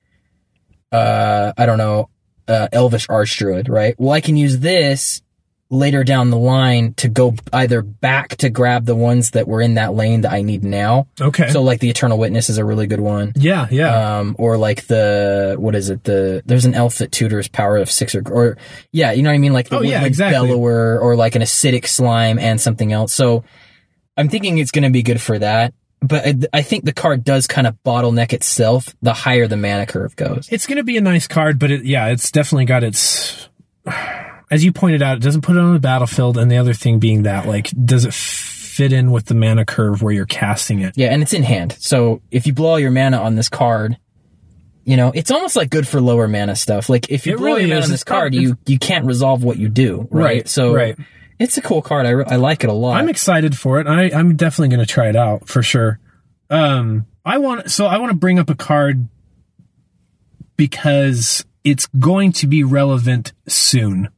uh I don't know, uh Elvish Archdruid, right? Well I can use this later down the line to go either back to grab the ones that were in that lane that I need now.
okay,
So like the Eternal Witness is a really good one
yeah, yeah,
um, or like the what is it? The there's an elf that tutors power of six or or yeah, you know what I mean? Like the
Oh, yeah,
woodland
exactly.
bellower or like an acidic slime and something else. So I'm thinking it's going to be good for that. But I, I think the card does kind of bottleneck itself the higher the mana curve goes.
it's going to be a nice card, but it, yeah, it's definitely got its. As you pointed out, it doesn't put it on the battlefield, and the other thing being that, like, does it fit in with the mana curve where you're casting it?
Yeah, and it's in hand. So if you blow all your mana on this card, you know it's almost like good for lower mana stuff. Like if you
It
blow
really
your mana
is.
on this
It's not-
card, you you can't resolve what you do. Right.
Right,
so
right.
it's a cool card. I, re- I like it a lot.
I'm excited for it. I, I'm definitely going to try it out for sure. Um, I want so I want to bring up a card because it's going to be relevant soon.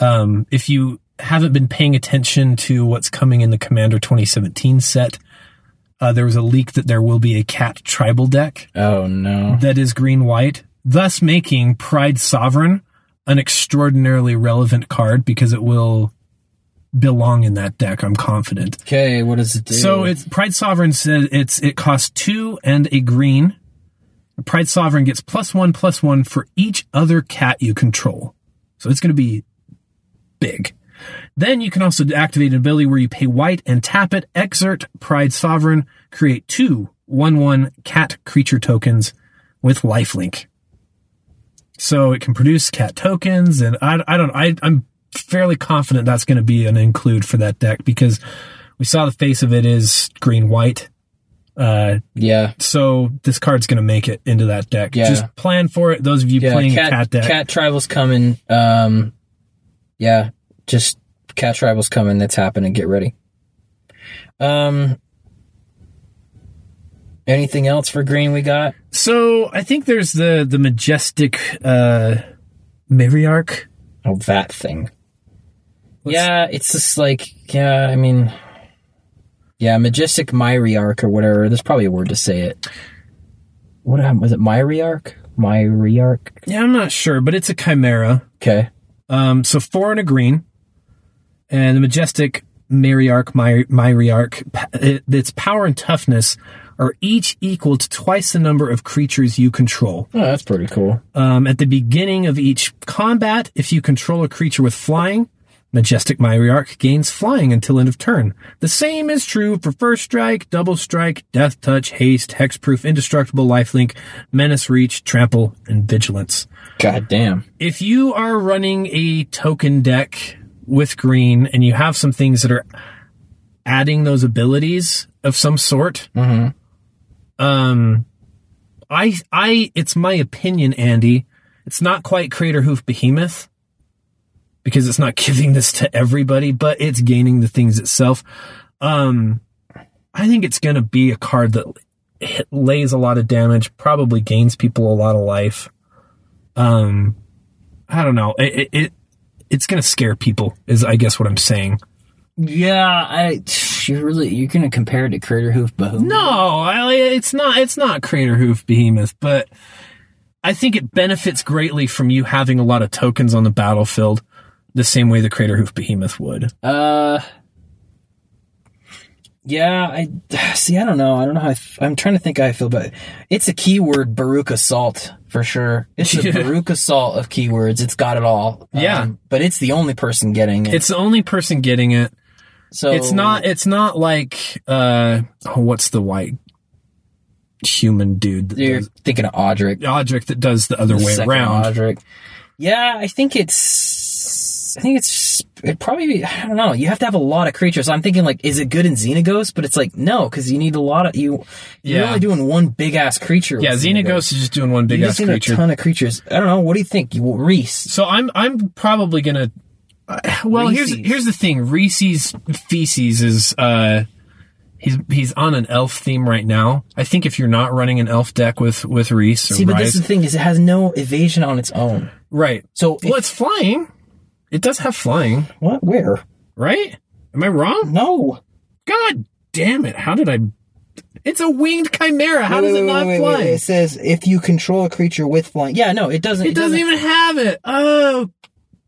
Um, if you haven't been paying attention to what's coming in the Commander 2017 set, uh, there was a leak that there will be a cat tribal deck
oh no.
that is green white, thus making Pride Sovereign an extraordinarily relevant card because it will belong in that deck. I'm confident.
Okay, what does it do?
So it's Pride Sovereign said it's it costs two and a green. Pride Sovereign gets plus one plus one for each other cat you control. So it's going to be big. Then you can also activate an ability where you pay white and tap it, exert Pride Sovereign, create two 1 1 cat creature tokens with lifelink. So it can produce cat tokens, and I, I don't, I, I'm fairly confident that's going to be an include for that deck because we saw the face of it is green white. Uh,
yeah,
so this card's going to make it into that deck.
Yeah.
Just plan for it. Those of you
yeah.
playing
cat,
a cat deck.
cat tribal's coming. Um, yeah, just cat tribal's coming. That's happening. Get ready. Um, anything else for green? We got
So I think there's the the majestic uh Matriarch.
oh that thing. yeah, it's just like yeah. I mean, yeah, majestic myriarch or whatever. There's probably a word to say it. What happened? Was it myriarch? Myriarch.
Yeah, I'm not sure, but it's a chimera.
Okay.
Um so four and a green. And the majestic Matriarch my Myriarch pa- it, its power and toughness are each equal to twice the number of creatures you control.
Oh, that's pretty cool.
Um, at the beginning of each combat, if you control a creature with flying, Majestic Myriarch gains flying until end of turn. The same is true for First Strike, Double Strike, Death Touch, Haste, Hexproof, Indestructible, Lifelink, Menace Reach, Trample, and Vigilance
God damn.
if you are running a token deck with green and you have some things that are adding those abilities of some sort, um, I, I, it's my opinion, Andy. It's not quite Crater Hoof Behemoth because it's not giving this to everybody, but it's gaining the things itself. Um, I think it's going to be a card that hit- lays a lot of damage, probably gains people a lot of life um i don't know it it, it it's gonna scare people is i guess what i'm saying
Yeah, I. You're really you're gonna compare it to Crater Hoof Behemoth?
no I, it's not it's not crater hoof behemoth but i think it benefits greatly from you having a lot of tokens on the battlefield the same way the crater hoof behemoth would
Uh. Yeah, I see. I don't know. I don't know how I f- I'm trying to think how I feel about it. It's a keyword Baruch assault for sure. It's a Baruch assault of keywords. It's got it all. Um,
Yeah.
but it's the only person getting it.
it's the only person getting it
so
it's not
Oh.
it's not like uh oh, what's the white human dude that
You're
does,
thinking of Audric.
Audric that does the other
the
way
second
around
Audric. Yeah, I think it's. I think it's. It probably. Be, I don't know. You have to have a lot of creatures. I'm thinking like, is it good in Xenaghost? But it's like no, because you need a lot of you. You're
Yeah.
only doing one big ass creature.
yeah
with
xenaghost is just doing one big
You
ass
just need a
creature
ton of creatures. I don't know. What do you think, you, Reese?
So I'm I'm probably gonna. uh, well,
Reese's.
here's here's the thing. Reese's feces is uh, he's he's on an elf theme right now. I think if you're not running an elf deck with with Reese, or
See, but this
Rise-
is the thing: is it has no evasion on its own.
right.
So if-
well, it's flying. It does have flying,
What? Where?
right? Am I wrong?
No.
God damn it! How did I? It's a winged chimera. How does it not fly?
It says if you control a creature with flying. Yeah, no, it doesn't.
it doesn't even have it. Oh,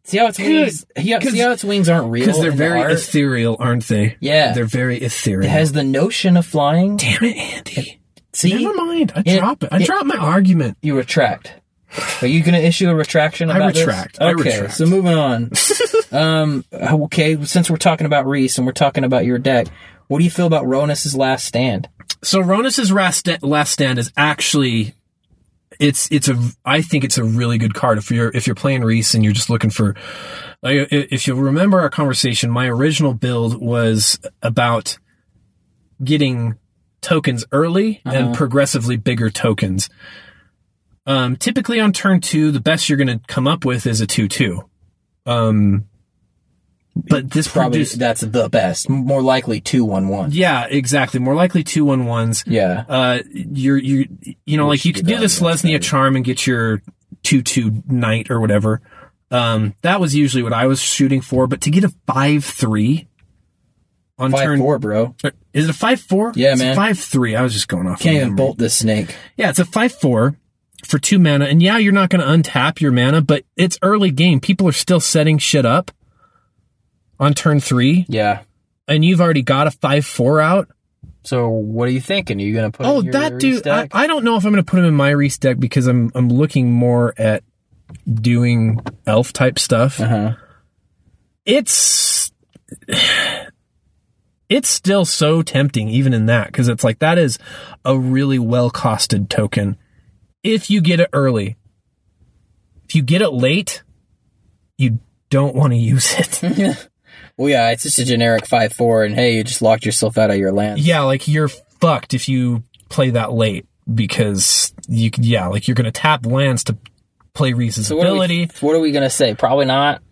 See how its wings? Yeah,
Because-
see how its wings aren't real?
because they're
in Oh, the
very
art?
ethereal, aren't they?
Yeah.
they're very ethereal.
It has the notion of flying.
Damn it, Andy.
See,
Never mind. I
It-
drop it. I
it-
drop my argument.
you retract. Are you going to issue a retraction? About this?
retract.
Okay,
I retract.
so moving on. um, okay, since we're talking about Reese and we're talking about your deck, what do you feel about Ronus's last stand?
So Ronus's last, last stand is actually it's it's a I think it's a really good card if you're if you're playing Reese and you're just looking for like i- if you remember our conversation my original build was about getting tokens early and progressively bigger tokens. Um, typically on turn 2 the best you're going to come up with is a 2/2. Um but this
Probably
produced-
that's the best. More likely two one one.
Yeah, exactly. More likely two one ones.
Yeah.
Uh, you're you you know like you
should
can
be
do the
valuable, that's
Selesnya charm and get your two two knight or whatever. Um, that was usually what I was shooting for. But to get a five three on
Five
turn
four, bro.
is it a five four?
Yeah, man.
Five three. I was just going off.
Can't
of
even
memory.
bolt this snake.
Yeah, it's a five four for two mana, and yeah, you're not going to untap your mana, but it's early game. People are still setting shit up on turn three,
Yeah.
and you've already got a five four out.
So what are you thinking? Are you going to put?
Oh,
in your
that
Reese
dude! I,
deck?
I don't know if I'm going to put him in my Reese deck because I'm I'm looking more at doing elf type stuff.
Uh-huh.
It's it's still so tempting, even in that, because it's like that is a really well costed token. If you get it early, if you get it late, you don't want to use it.
Well, yeah, it's just a generic five four, and hey, you just locked yourself out of your land.
yeah, like you're fucked if you play that late because you c- yeah, like you're going to tap lands to play Reese's
So what are,
ability.
we, what are we gonna say? Probably not.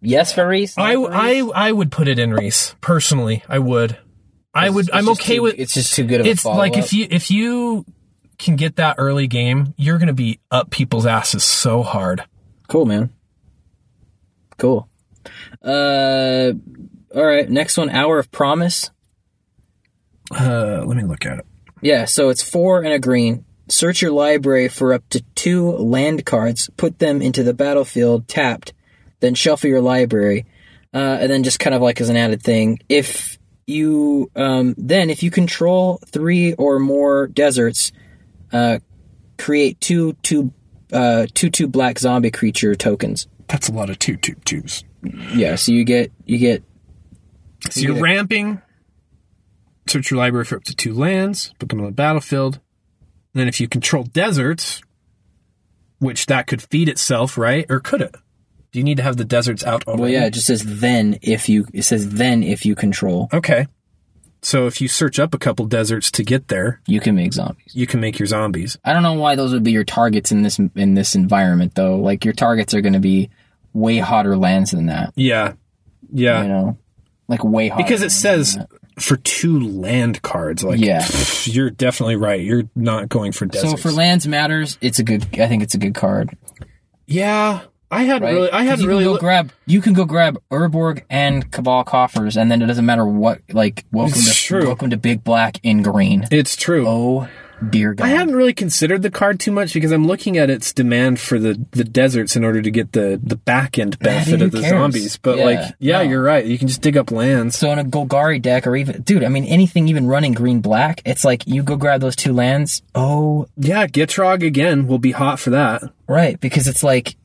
Yes for Reese. no
I,
for Reese?
I I would put it in Reese personally. I would. I would.
It's
I'm
just
okay
too-
with.
It's just too good of a
It's
follow
like if you if you can get that early game, you're going to be up people's asses so hard.
cool, man. Cool. Uh, all right. Next one, Hour of Promise.
Uh, let me look at it.
Yeah, so it's four and a green. Search your library for up to two land cards, put them into the battlefield tapped, then shuffle your library. Uh, and then just kind of like as an added thing, if you um, then if you control three or more deserts, uh, create two two uh, two two black zombie creature tokens.
That's a lot of two two twos.
Yeah, so you get you get
So you're ramping. Search your library for up to two lands, put them on the battlefield. And then if you control deserts, which that could feed itself, right? Or could it? Do you need to have the deserts out already?
well yeah it just says then if you it says then if you control
Okay. So if you search up a couple deserts to get there,
you can make zombies.
you can make your zombies.
I don't know why those would be your targets in this in this environment though. Like your targets are going to be way hotter lands than that.
Yeah. Yeah.
You know, like way hotter
because it
lands
says
than that.
for two land cards like
Yeah.
pff, you're definitely right you're not going for deserts
So for lands matters, it's a good. I think it's a good card.
yeah i hadn't
Right?
really i
'Cause
hadn't
you
really
can go
look-
grab. You can go grab Urborg and Cabal coffers, and then it doesn't matter what. Like welcome
It's
to
true.
welcome to Big Black in green.
it's true
Oh dear God!
i hadn't really considered the card too much because i'm looking at its demand for the the deserts in order to get the the back end benefit
who
of the
cares?
zombies but
Yeah,
like yeah
no.
you're right you can just dig up lands
so in a Golgari deck, or even dude, I mean anything, even running green black, it's like you go grab those two lands. Oh
yeah gitrog again will be hot for that
Right, because it's like,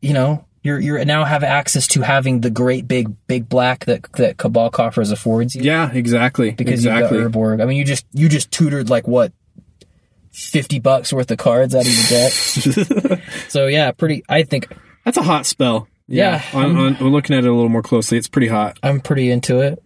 you know, you're you're now have access to having the great big big black that that Cabal coffers affords you
yeah exactly
because
exactly
you've got Urborg. I mean, you just you just tutored like what fifty bucks worth of cards out of your deck. so yeah, pretty. I think
that's a hot spell yeah,
Yeah.
I'm, I'm, I'm looking at it a little more closely it's pretty hot
I'm pretty into it.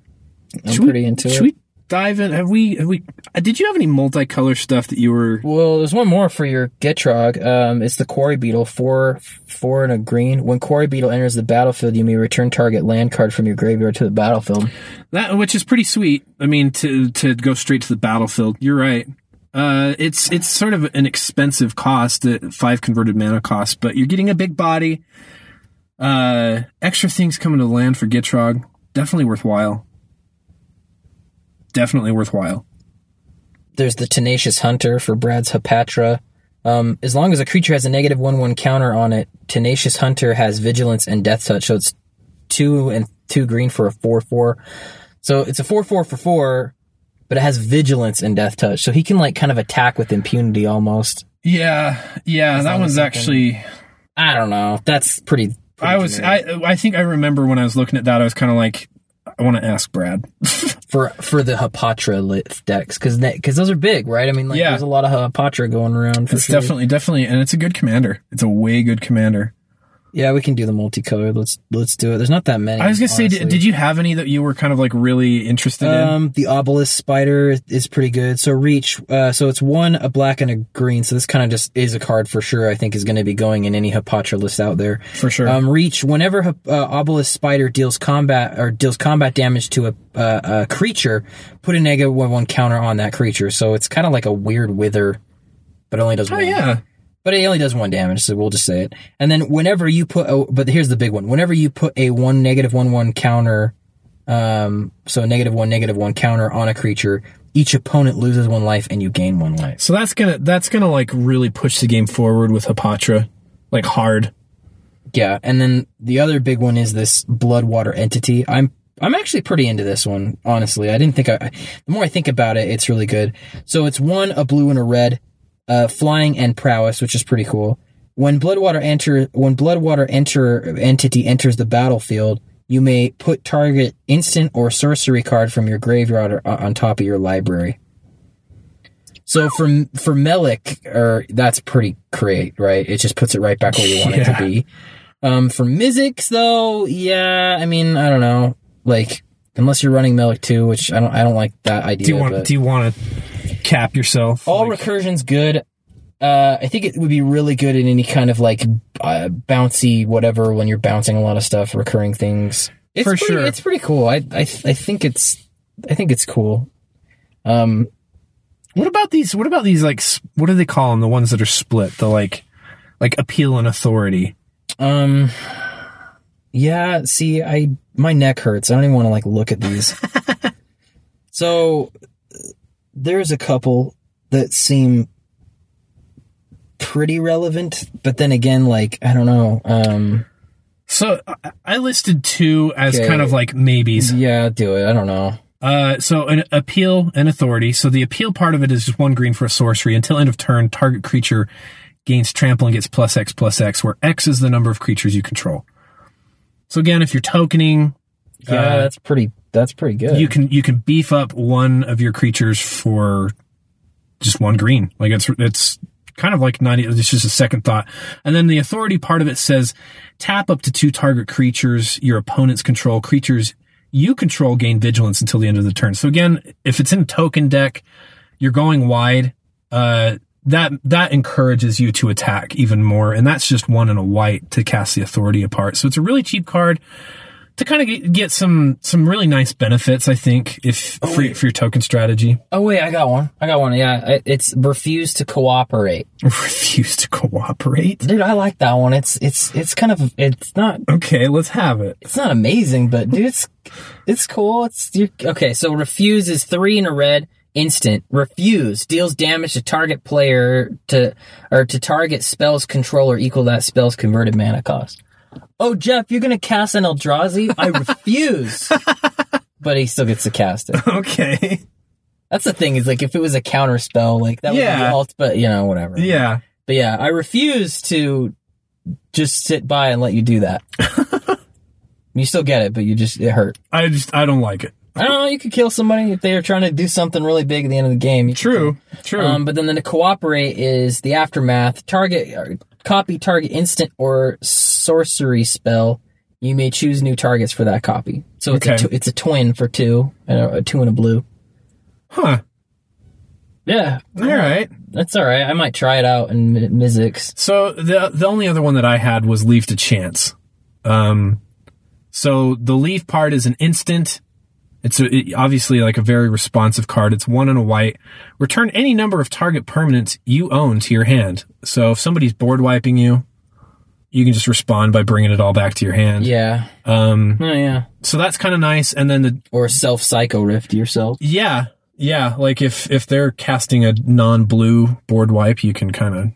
I'm
Should we-
pretty into
should
it.
we dive in? Have we? Have we? uh, Did you have any multicolor stuff that you were?
Well, there's one more for your Gitrog. Um, it's the Quarry Beetle, four, four and a green. When Quarry Beetle enters the battlefield, you may return target land card from your graveyard to the battlefield.
That which is pretty sweet. I mean, to to go straight to the battlefield. You're right. Uh, it's it's sort of an expensive cost, uh, five converted mana cost, but you're getting a big body. Uh, extra things coming to land for Gitrog. Definitely worthwhile. Definitely worthwhile.
there's the tenacious hunter for Brad's Hepatra. Um, as long as a creature has a negative one one counter on it, tenacious hunter has vigilance and death touch, so it's two and two green for a four four. So it's a four four for four, but it has vigilance and death touch, so he can like kind of attack with impunity almost.
Yeah, yeah, that one's actually.
I don't know. That's pretty. pretty
I was.
generic.
I I think I remember when I was looking at that. I was kind of like, I want to ask Brad.
for for the Hepatra lit decks because because those are big, right? I mean, like
Yeah.
there's a lot of Hepatra going around. For
It's
sure.
definitely, definitely, and it's a good commander. It's a way good commander.
yeah. We can do the multicolor. Let's let's do it. There's not that many.
I was gonna say,
honestly.
did, did you have any that you were kind of like really interested in?
Um, the obelisk spider is pretty good. So reach. Uh, so it's one a black and a green. So this kind of just is a card for sure. I think is going to be going in any Hippotra list out there.
For sure.
Um, reach. Whenever Hip- uh, obelisk spider deals combat or deals combat damage to a, uh, a creature, put a negative one one counter on that creature. So it's kind of like a weird wither, but it only does.
oh
one.
yeah,
But it only does one damage, so we'll just say it. And then whenever you put, oh, but here's the big one: whenever you put a one negative one one counter, um, so negative one negative one counter on a creature, each opponent loses one life and you gain one life.
so that's gonna that's gonna like really push the game forward with Hapatra, like hard.
Yeah, and then the other big one is this Bloodwater entity. I'm I'm actually pretty into this one, honestly. I didn't think I. I- The more I think about it, it's really good. So it's one a blue and a red, uh, flying and prowess, which is pretty cool. When Bloodwater enter when Bloodwater enter entity enters the battlefield, you may put target instant or sorcery card from your graveyard or, uh, on top of your library. So for for Melik, or that's pretty great, right? It just puts it right back where you want it to be. Um, for Mizzix though, yeah, I mean, I don't know, like unless you're running Melik too, which I don't, I don't like that idea.
Do you want
but- Oh.
do you want to cap yourself?
all
Like,
recursion's good. Uh, I think it would be really good in any kind of like uh, bouncy whatever when you're bouncing a lot of stuff, recurring things. It's
For
pretty,
sure.
it's pretty cool. I I, th- I think it's I think it's cool. Um,
what about these? What about these? Like, s- what do they call them? The ones that are split. The like, like appeal and authority.
um, yeah. See, I my neck hurts. I don't even want to like look at these. so there's a couple that seem pretty relevant, but then again, like I don't know. Um.
So I- I listed two as
Okay.
kind of like maybes.
Yeah, do it. I don't know.
Uh, so an appeal and authority. So the appeal part of it is just one green for a sorcery until end of turn. Target creature gains trample and gets plus X plus X, where X is the number of creatures you control. So again, if you're tokening,
Yeah,
Uh,
that's pretty. That's pretty good.
you can you can beef up one of your creatures for just one green. Like it's it's kind of like ninety. It's just a second thought. And then the authority part of it says tap up to two target creatures your opponents control. Creatures you control gain vigilance until the end of the turn. So again, if it's in a token deck, you're going wide. Uh, that that encourages you to attack even more, and that's just one and a white to cast the authority apart. So it's a really cheap card to kind of get, get some some really nice benefits. I think if for, your- for your token strategy,
oh wait, I got one. I got one. Yeah, I- it's refuse to cooperate.
refuse to cooperate.
Dude, I like that one. It's it's it's kind of it's not
Okay, let's have it.
it's not amazing, but dude, it's it's cool. It's you okay. So refuse is three in a red instant. Refuse deals damage to target player to or to target spells controller equal that spell's converted mana cost. Oh, Jeff, you're gonna cast an Eldrazi? I refuse. but he still gets to cast it.
Okay,
That's the thing is like if it was a counter spell, like that would be
Yeah.
the alt, but you know whatever.
yeah,
But yeah, I refuse to just sit by and let you do that. you still get it, but you just it hurt.
I just I don't like it.
I don't know. You could kill somebody if they are trying to do something really big at the end of the game. You could
True, true.
um, but then, then to cooperate is the aftermath. Target or copy target instant or sorcery spell. You may choose new targets for that copy. So it's a
Okay.
tw- it's a twin for two, uh, a two and a blue.
huh.
Yeah,
All right.
that's all right. I might try it out in Mi- Mizzix.
So the the only other one that I had was leave to chance. Um, so the leave part is an instant. It's a, it- obviously like a very responsive card. It's one and a white. Return any number of target permanents you own to your hand. So if somebody's board wiping you, you can just respond by bringing it all back to your hand.
Yeah.
Um,
Oh yeah.
so that's kind of nice. And then the
Or self psycho rift yourself.
yeah yeah like if if they're casting a non-blue board wipe, you can kind of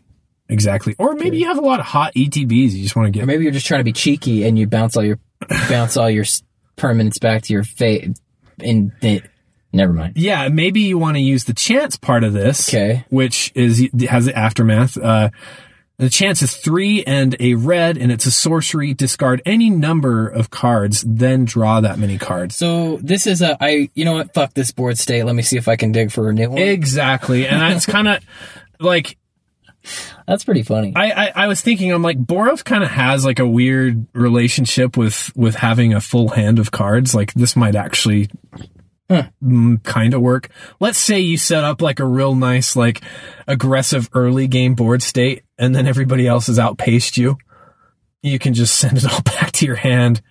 exactly. Or maybe you have a lot of hot ETBs. You just want to get
Or maybe you're just trying to be cheeky and you bounce all your bounce all your s- permanents back to your face. And they, never mind.
Yeah, maybe you want to use the chance part of this,
Okay.
which is has the aftermath. Uh, the chance is three and a red, and it's a sorcery. Discard any number of cards, then draw that many cards.
So this is a I you know what fuck this board state. Let me see if I can dig for a new one.
Exactly, and that's kind of like
That's pretty funny.
I, I I was thinking. I'm like Boros kind of has like a weird relationship with with having a full hand of cards. Like this might actually. kind of work. Let's say you set up like a real nice, like aggressive early game board state, and then everybody else has outpaced you. You can just send it all back to your hand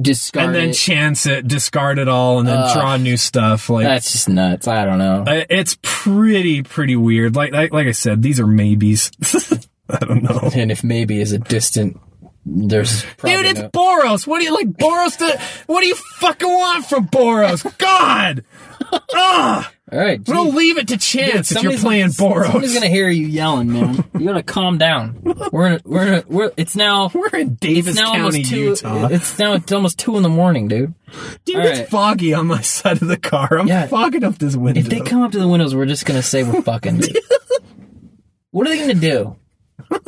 Discard
and then
it.
chance it, discard it all, and then draw new stuff. Like
That's just nuts. I don't know.
I- it's pretty, pretty weird. Like, like, like I said, these are maybes. I don't know.
and if maybe is a distant, there's probably
Dude, it's
no-
Boros. What do you like, Boros? To, what do you fucking want from Boros? God,
all right.
we don't leave it to chance if you're playing
Somebody's
Boros.
gonna hear you yelling, man. You gotta calm down. We're in, a, we're in a, we're. It's now.
We're in Davis
It's now
County,
almost two.
Utah.
It's now it's almost two in the morning, dude.
Dude,
all right.
it's foggy on my side of the car. I'm
Yeah.
fogging up this window.
If they come up to the windows, we're just gonna say we're fucking. dude. what are they gonna do?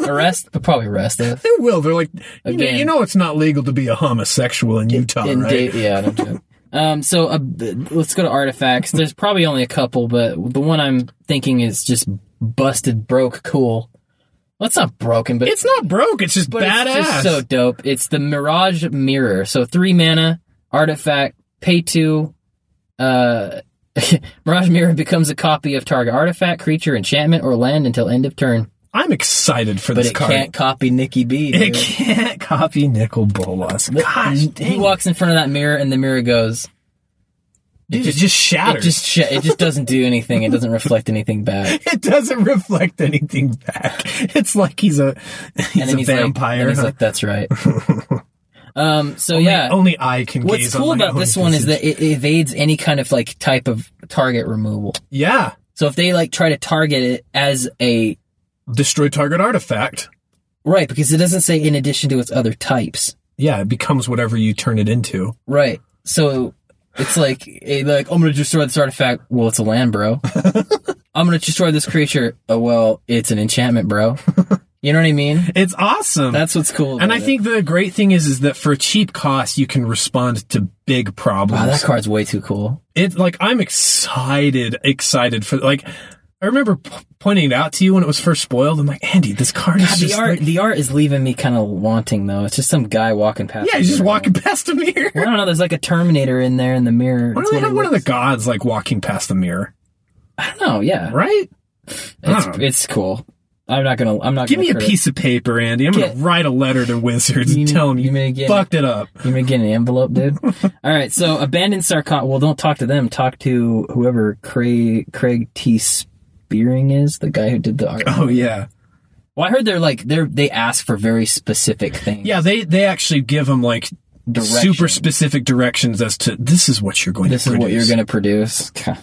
Arrest? They'll probably arrest us.
They will. They're like, you know,
Again.
you know, it's not legal to be a homosexual in Utah,
In
right?
date- yeah, no joke. Um, so uh, b- let's go to artifacts. There's probably only a couple, but the one I'm thinking is just busted, broke, cool. Well, it's not broken, but
it's not broke. It's just
but
badass.
It's just so dope. It's the Mirage Mirror. So three mana artifact, pay two. Uh, Mirage Mirror becomes a copy of target artifact, creature, enchantment, or land until end of turn.
I'm excited for
But
this
it
card.
can't copy Nikki B. dude.
it can't copy Nicol Bolas. Gosh,
He
dang.
walks in front of that mirror, and the mirror goes.
Dude, it just, shatters.
It just sh- it just doesn't do anything. It doesn't reflect anything back.
it doesn't reflect anything back. It's like he's a he's
And then
a
he's Like,
vampire.
and he's like, "That's right." Um. So yeah.
only I can
What's
gaze
cool
on my
about
own
this one is
visage.
that it evades any kind of like type of target removal.
yeah,
So if they like try to target it as a
destroy target artifact.
right, because it doesn't say in addition to its other types.
yeah, it becomes whatever you turn it into.
Right. So it's like eh, like I'm gonna destroy this artifact. Well, it's a land, bro. I'm gonna destroy this creature. Oh well, it's an enchantment, bro. You know what I mean?
It's awesome.
That's what's cool.
and
about
I
it.
think the great thing is, is that for cheap cost, you can respond to big
wow, that
problems.
card's way too cool.
It's like I'm excited, excited for like. I remember p- pointing it out to you when it was first spoiled. I'm like, Andy, this card is
The
just
art,
like-
the art is leaving me kind of wanting though. It's just some guy walking past.
yeah,
the
he's just
mirror.
walking past a mirror.
I don't know. There's like a Terminator in there in the mirror.
Why do
It's
they
what
have
it
one of the
looks-
gods like walking past the mirror?
I don't know. Yeah,
Right?
it's
Huh.
it's cool. I'm not gonna. I'm not.
Give
gonna
me a
crit-
piece of paper, Andy. I'm
Get-
gonna write a letter to wizards
You-
and tell them
you
you,
may get-
fucked it up.
You may get an envelope, dude. All right, so abandoned sarcot. Well, don't talk to them. Talk to whoever Craig Craig T. Spearing is, the guy who did the art.
Oh yeah,
Well, I heard they're like they're they ask for very specific things.
yeah. They they actually give them like
Direction.
super specific directions as to this is what you're going
This
to.
is what
produce."
you're going to produce. All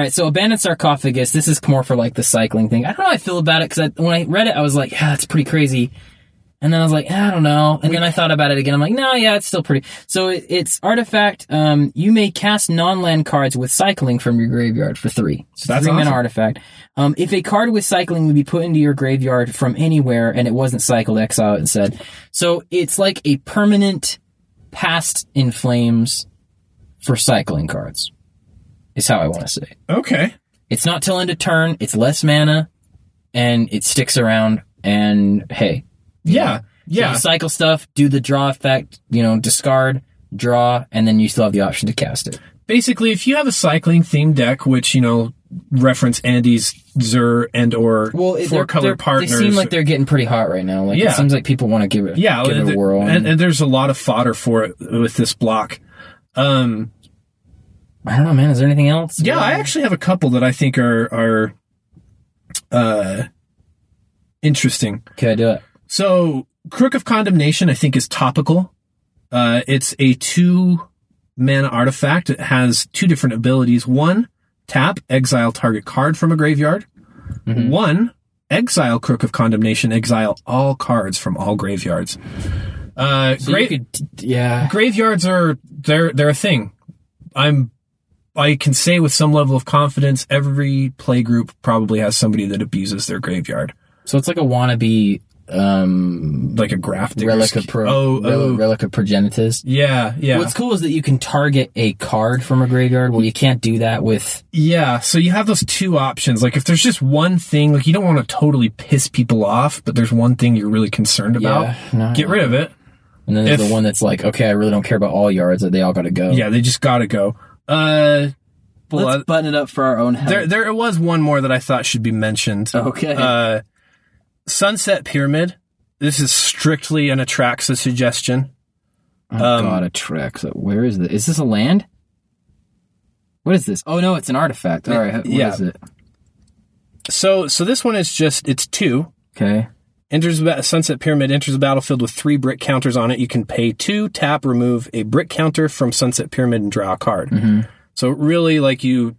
right, so abandoned sarcophagus. This is more for like the cycling thing. I don't know how I feel about it because when I read it, I was like, yeah, that's pretty crazy. And then I was like, "Ah, I don't know. And then I thought about it again. I'm like, no, yeah, it's still pretty. So it, it's artifact. Um, you may cast non-land cards with cycling from your graveyard for three. So
That's
three mana
awesome.
artifact. Um, if a card with cycling would be put into your graveyard from anywhere and it wasn't cycled, exile it instead. So it's like a permanent past in flames for cycling cards. Is how I want to say. it.
Okay.
It's not till end of turn. It's less mana, and it sticks around. And hey,
Yeah. Yeah.
you cycle stuff, do the draw effect, you know, discard, draw, and then you still have the option to cast it.
Basically, if you have a cycling themed deck, which you know reference Andy's Zur and or four color partners,
They seem like they're getting pretty hot right now. Like
Yeah.
it seems like people want to give it,
yeah,
give it
th-
a whirl.
And, and there's a lot of fodder for it with this block. Um,
I don't know, man. Is there anything else?
yeah, I actually have a couple that I think are are uh, interesting.
Could I do it?
So, Crook of Condemnation, I think, is topical. Uh, it's a two mana artifact. It has two different abilities. One, tap, exile target card from a graveyard. One, exile Crook of Condemnation, exile all cards from all graveyards. Uh, great.
You could, yeah.
graveyards are, they're, they're a thing. I'm, I can say with some level of confidence, every playgroup probably has somebody that abuses their graveyard.
So it's like a wannabe um,
Like a grafting.
relic of pro.
Oh,
rel-
oh,
relic of progenitus.
Yeah, yeah.
What's cool is that you can target a card from a graveyard. Well, you can't do that with.
yeah, so you have those two options. Like, if there's just one thing, like, you don't want to totally piss people off, but there's one thing you're really concerned about,
no,
get rid of it.
And then there's
If-
the one that's like, okay, I really don't care about all yards. That they all got to go.
Yeah, they just gotta go. Uh, well, uh,
button it up for our own health.
there, there was one more that I thought should be mentioned.
okay.
Uh, Sunset Pyramid. This is strictly an Atraxa suggestion.
oh God, a track. So where is this? Is this a land? What is this? Oh no, it's an artifact. All right, what is
yeah.
it?
So, so this one is just, it's two.
Okay.
Enters the ba- Sunset Pyramid enters the battlefield with three brick counters on it. You can pay two, tap, remove a brick counter from Sunset Pyramid, and draw a card. So really, like you,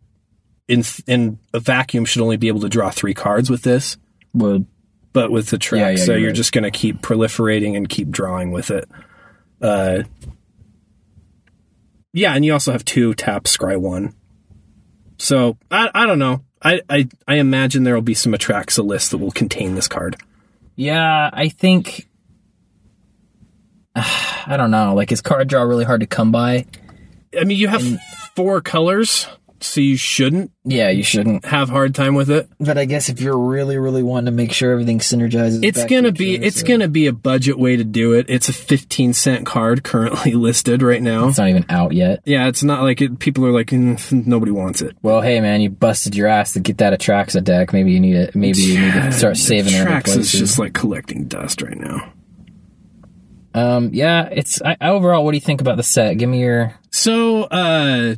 in in a vacuum, should only be able to draw three cards with this.
Well,
But with the track,
Yeah, yeah,
so
you're
you're
right.
just going to keep proliferating and keep drawing with it. Uh, yeah, and you also have two tap, scry one. So I I don't know. I I, I imagine there will be some Atraxa lists that will contain this card.
yeah, I think. I don't know. Like, is card draw really hard to come by?
I mean, you have four colors, so you shouldn't
Yeah, you shouldn't.
have hard time with it.
But I guess if you're really, really wanting to make sure everything synergizes,
It's
back
gonna
to
be
each other,
it's
so-
gonna be a budget way to do it. It's a fifteen cent card currently listed right now.
It's not even out yet.
Yeah, it's not like it, people are like "Mm, nobody wants it.
Well, hey man, you busted your ass to get that Atraxa deck. Maybe you need it. Maybe you need to start saving it. other
Trax is
places.
just like collecting dust right now.
um, yeah, it's I, I- overall. What do you think about the set? Give me your.
So, uh,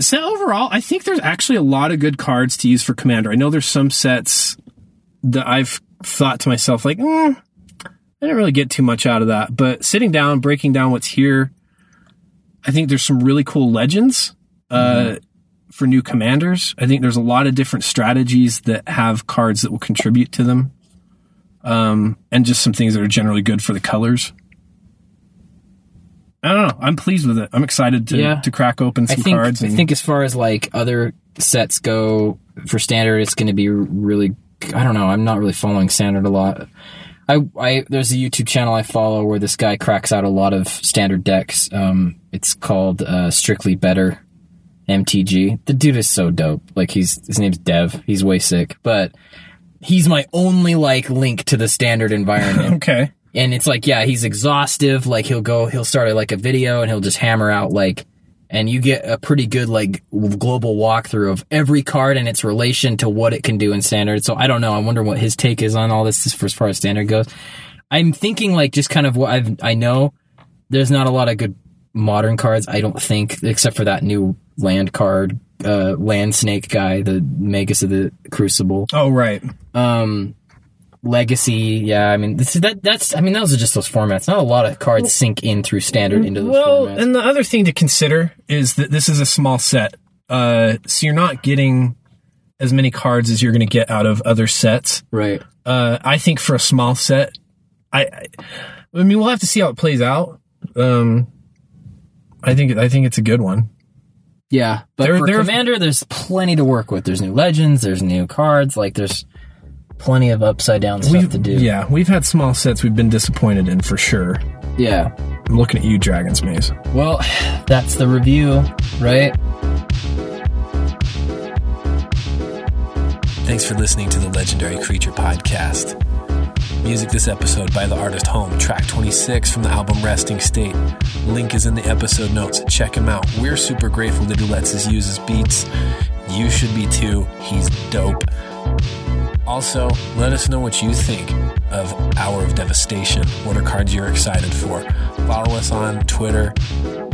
so overall, I think there's actually a lot of good cards to use for Commander. I know there's some sets that I've thought to myself, like, mm, I didn't really get too much out of that. But sitting down, breaking down what's here, I think there's some really cool legends uh,
Mm-hmm.
for new commanders. I think there's a lot of different strategies that have cards that will contribute to them, um, and just some things that are generally good for the colors. I don't know. I'm pleased with it. I'm excited to,
Yeah.
to crack open
I
some
think
cards.
I
and-
think as far as like other sets go for standard, it's going to be really. I don't know. I'm not really following standard a lot. I, I there's a YouTube channel I follow where this guy cracks out a lot of standard decks. Um, it's called uh, Strictly Better MTG. The dude is so dope. Like he's his name's Dev. He's way sick, but he's my only like link to the standard environment.
okay.
and it's like yeah he's exhaustive like he'll go he'll start like a video and he'll just hammer out like and you get a pretty good like w- global walkthrough of every card and its relation to what it can do in standard so i don't know i wonder what his take is on all this as far- as far as standard goes i'm thinking like just kind of what i've i know there's not a lot of good modern cards i don't think except for that new land card uh land snake guy the magus of the crucible
Oh right.
um legacy yeah i mean this is that that's i mean those are just those formats not a lot of cards sink in through standard into those
Well,
formats
and the other thing to consider is that this is a small set, uh, so you're not getting as many cards as you're going to get out of other sets.
right
Uh, I think for a small set, I, I, I mean, we'll have to see how it plays out. Um, I think I think it's a good one.
yeah but
There-
for
there-
commander there's plenty to work with there's new legends there's new cards like there's plenty of upside down stuff to do
Yeah, we've had small sets we've been disappointed in for sure.
yeah
I'm looking at you, Dragon's Maze.
well that's the review right
Thanks for listening to the Legendary Creature Podcast. Music this episode by the artist Home, track 26 from the album Resting State. Link is in the episode notes. Check him out. We're super grateful that he lets us use his beats. You should be too. He's dope. Also, let us know what you think of Hour of Devastation. What are cards you're excited for? Follow us on Twitter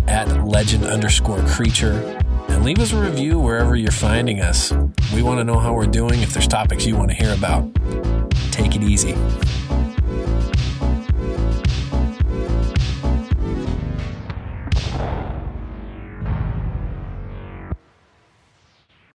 at legend underscore creature and leave us a review wherever you're finding us. We want to know how we're doing if there's topics you want to hear about. Take it easy.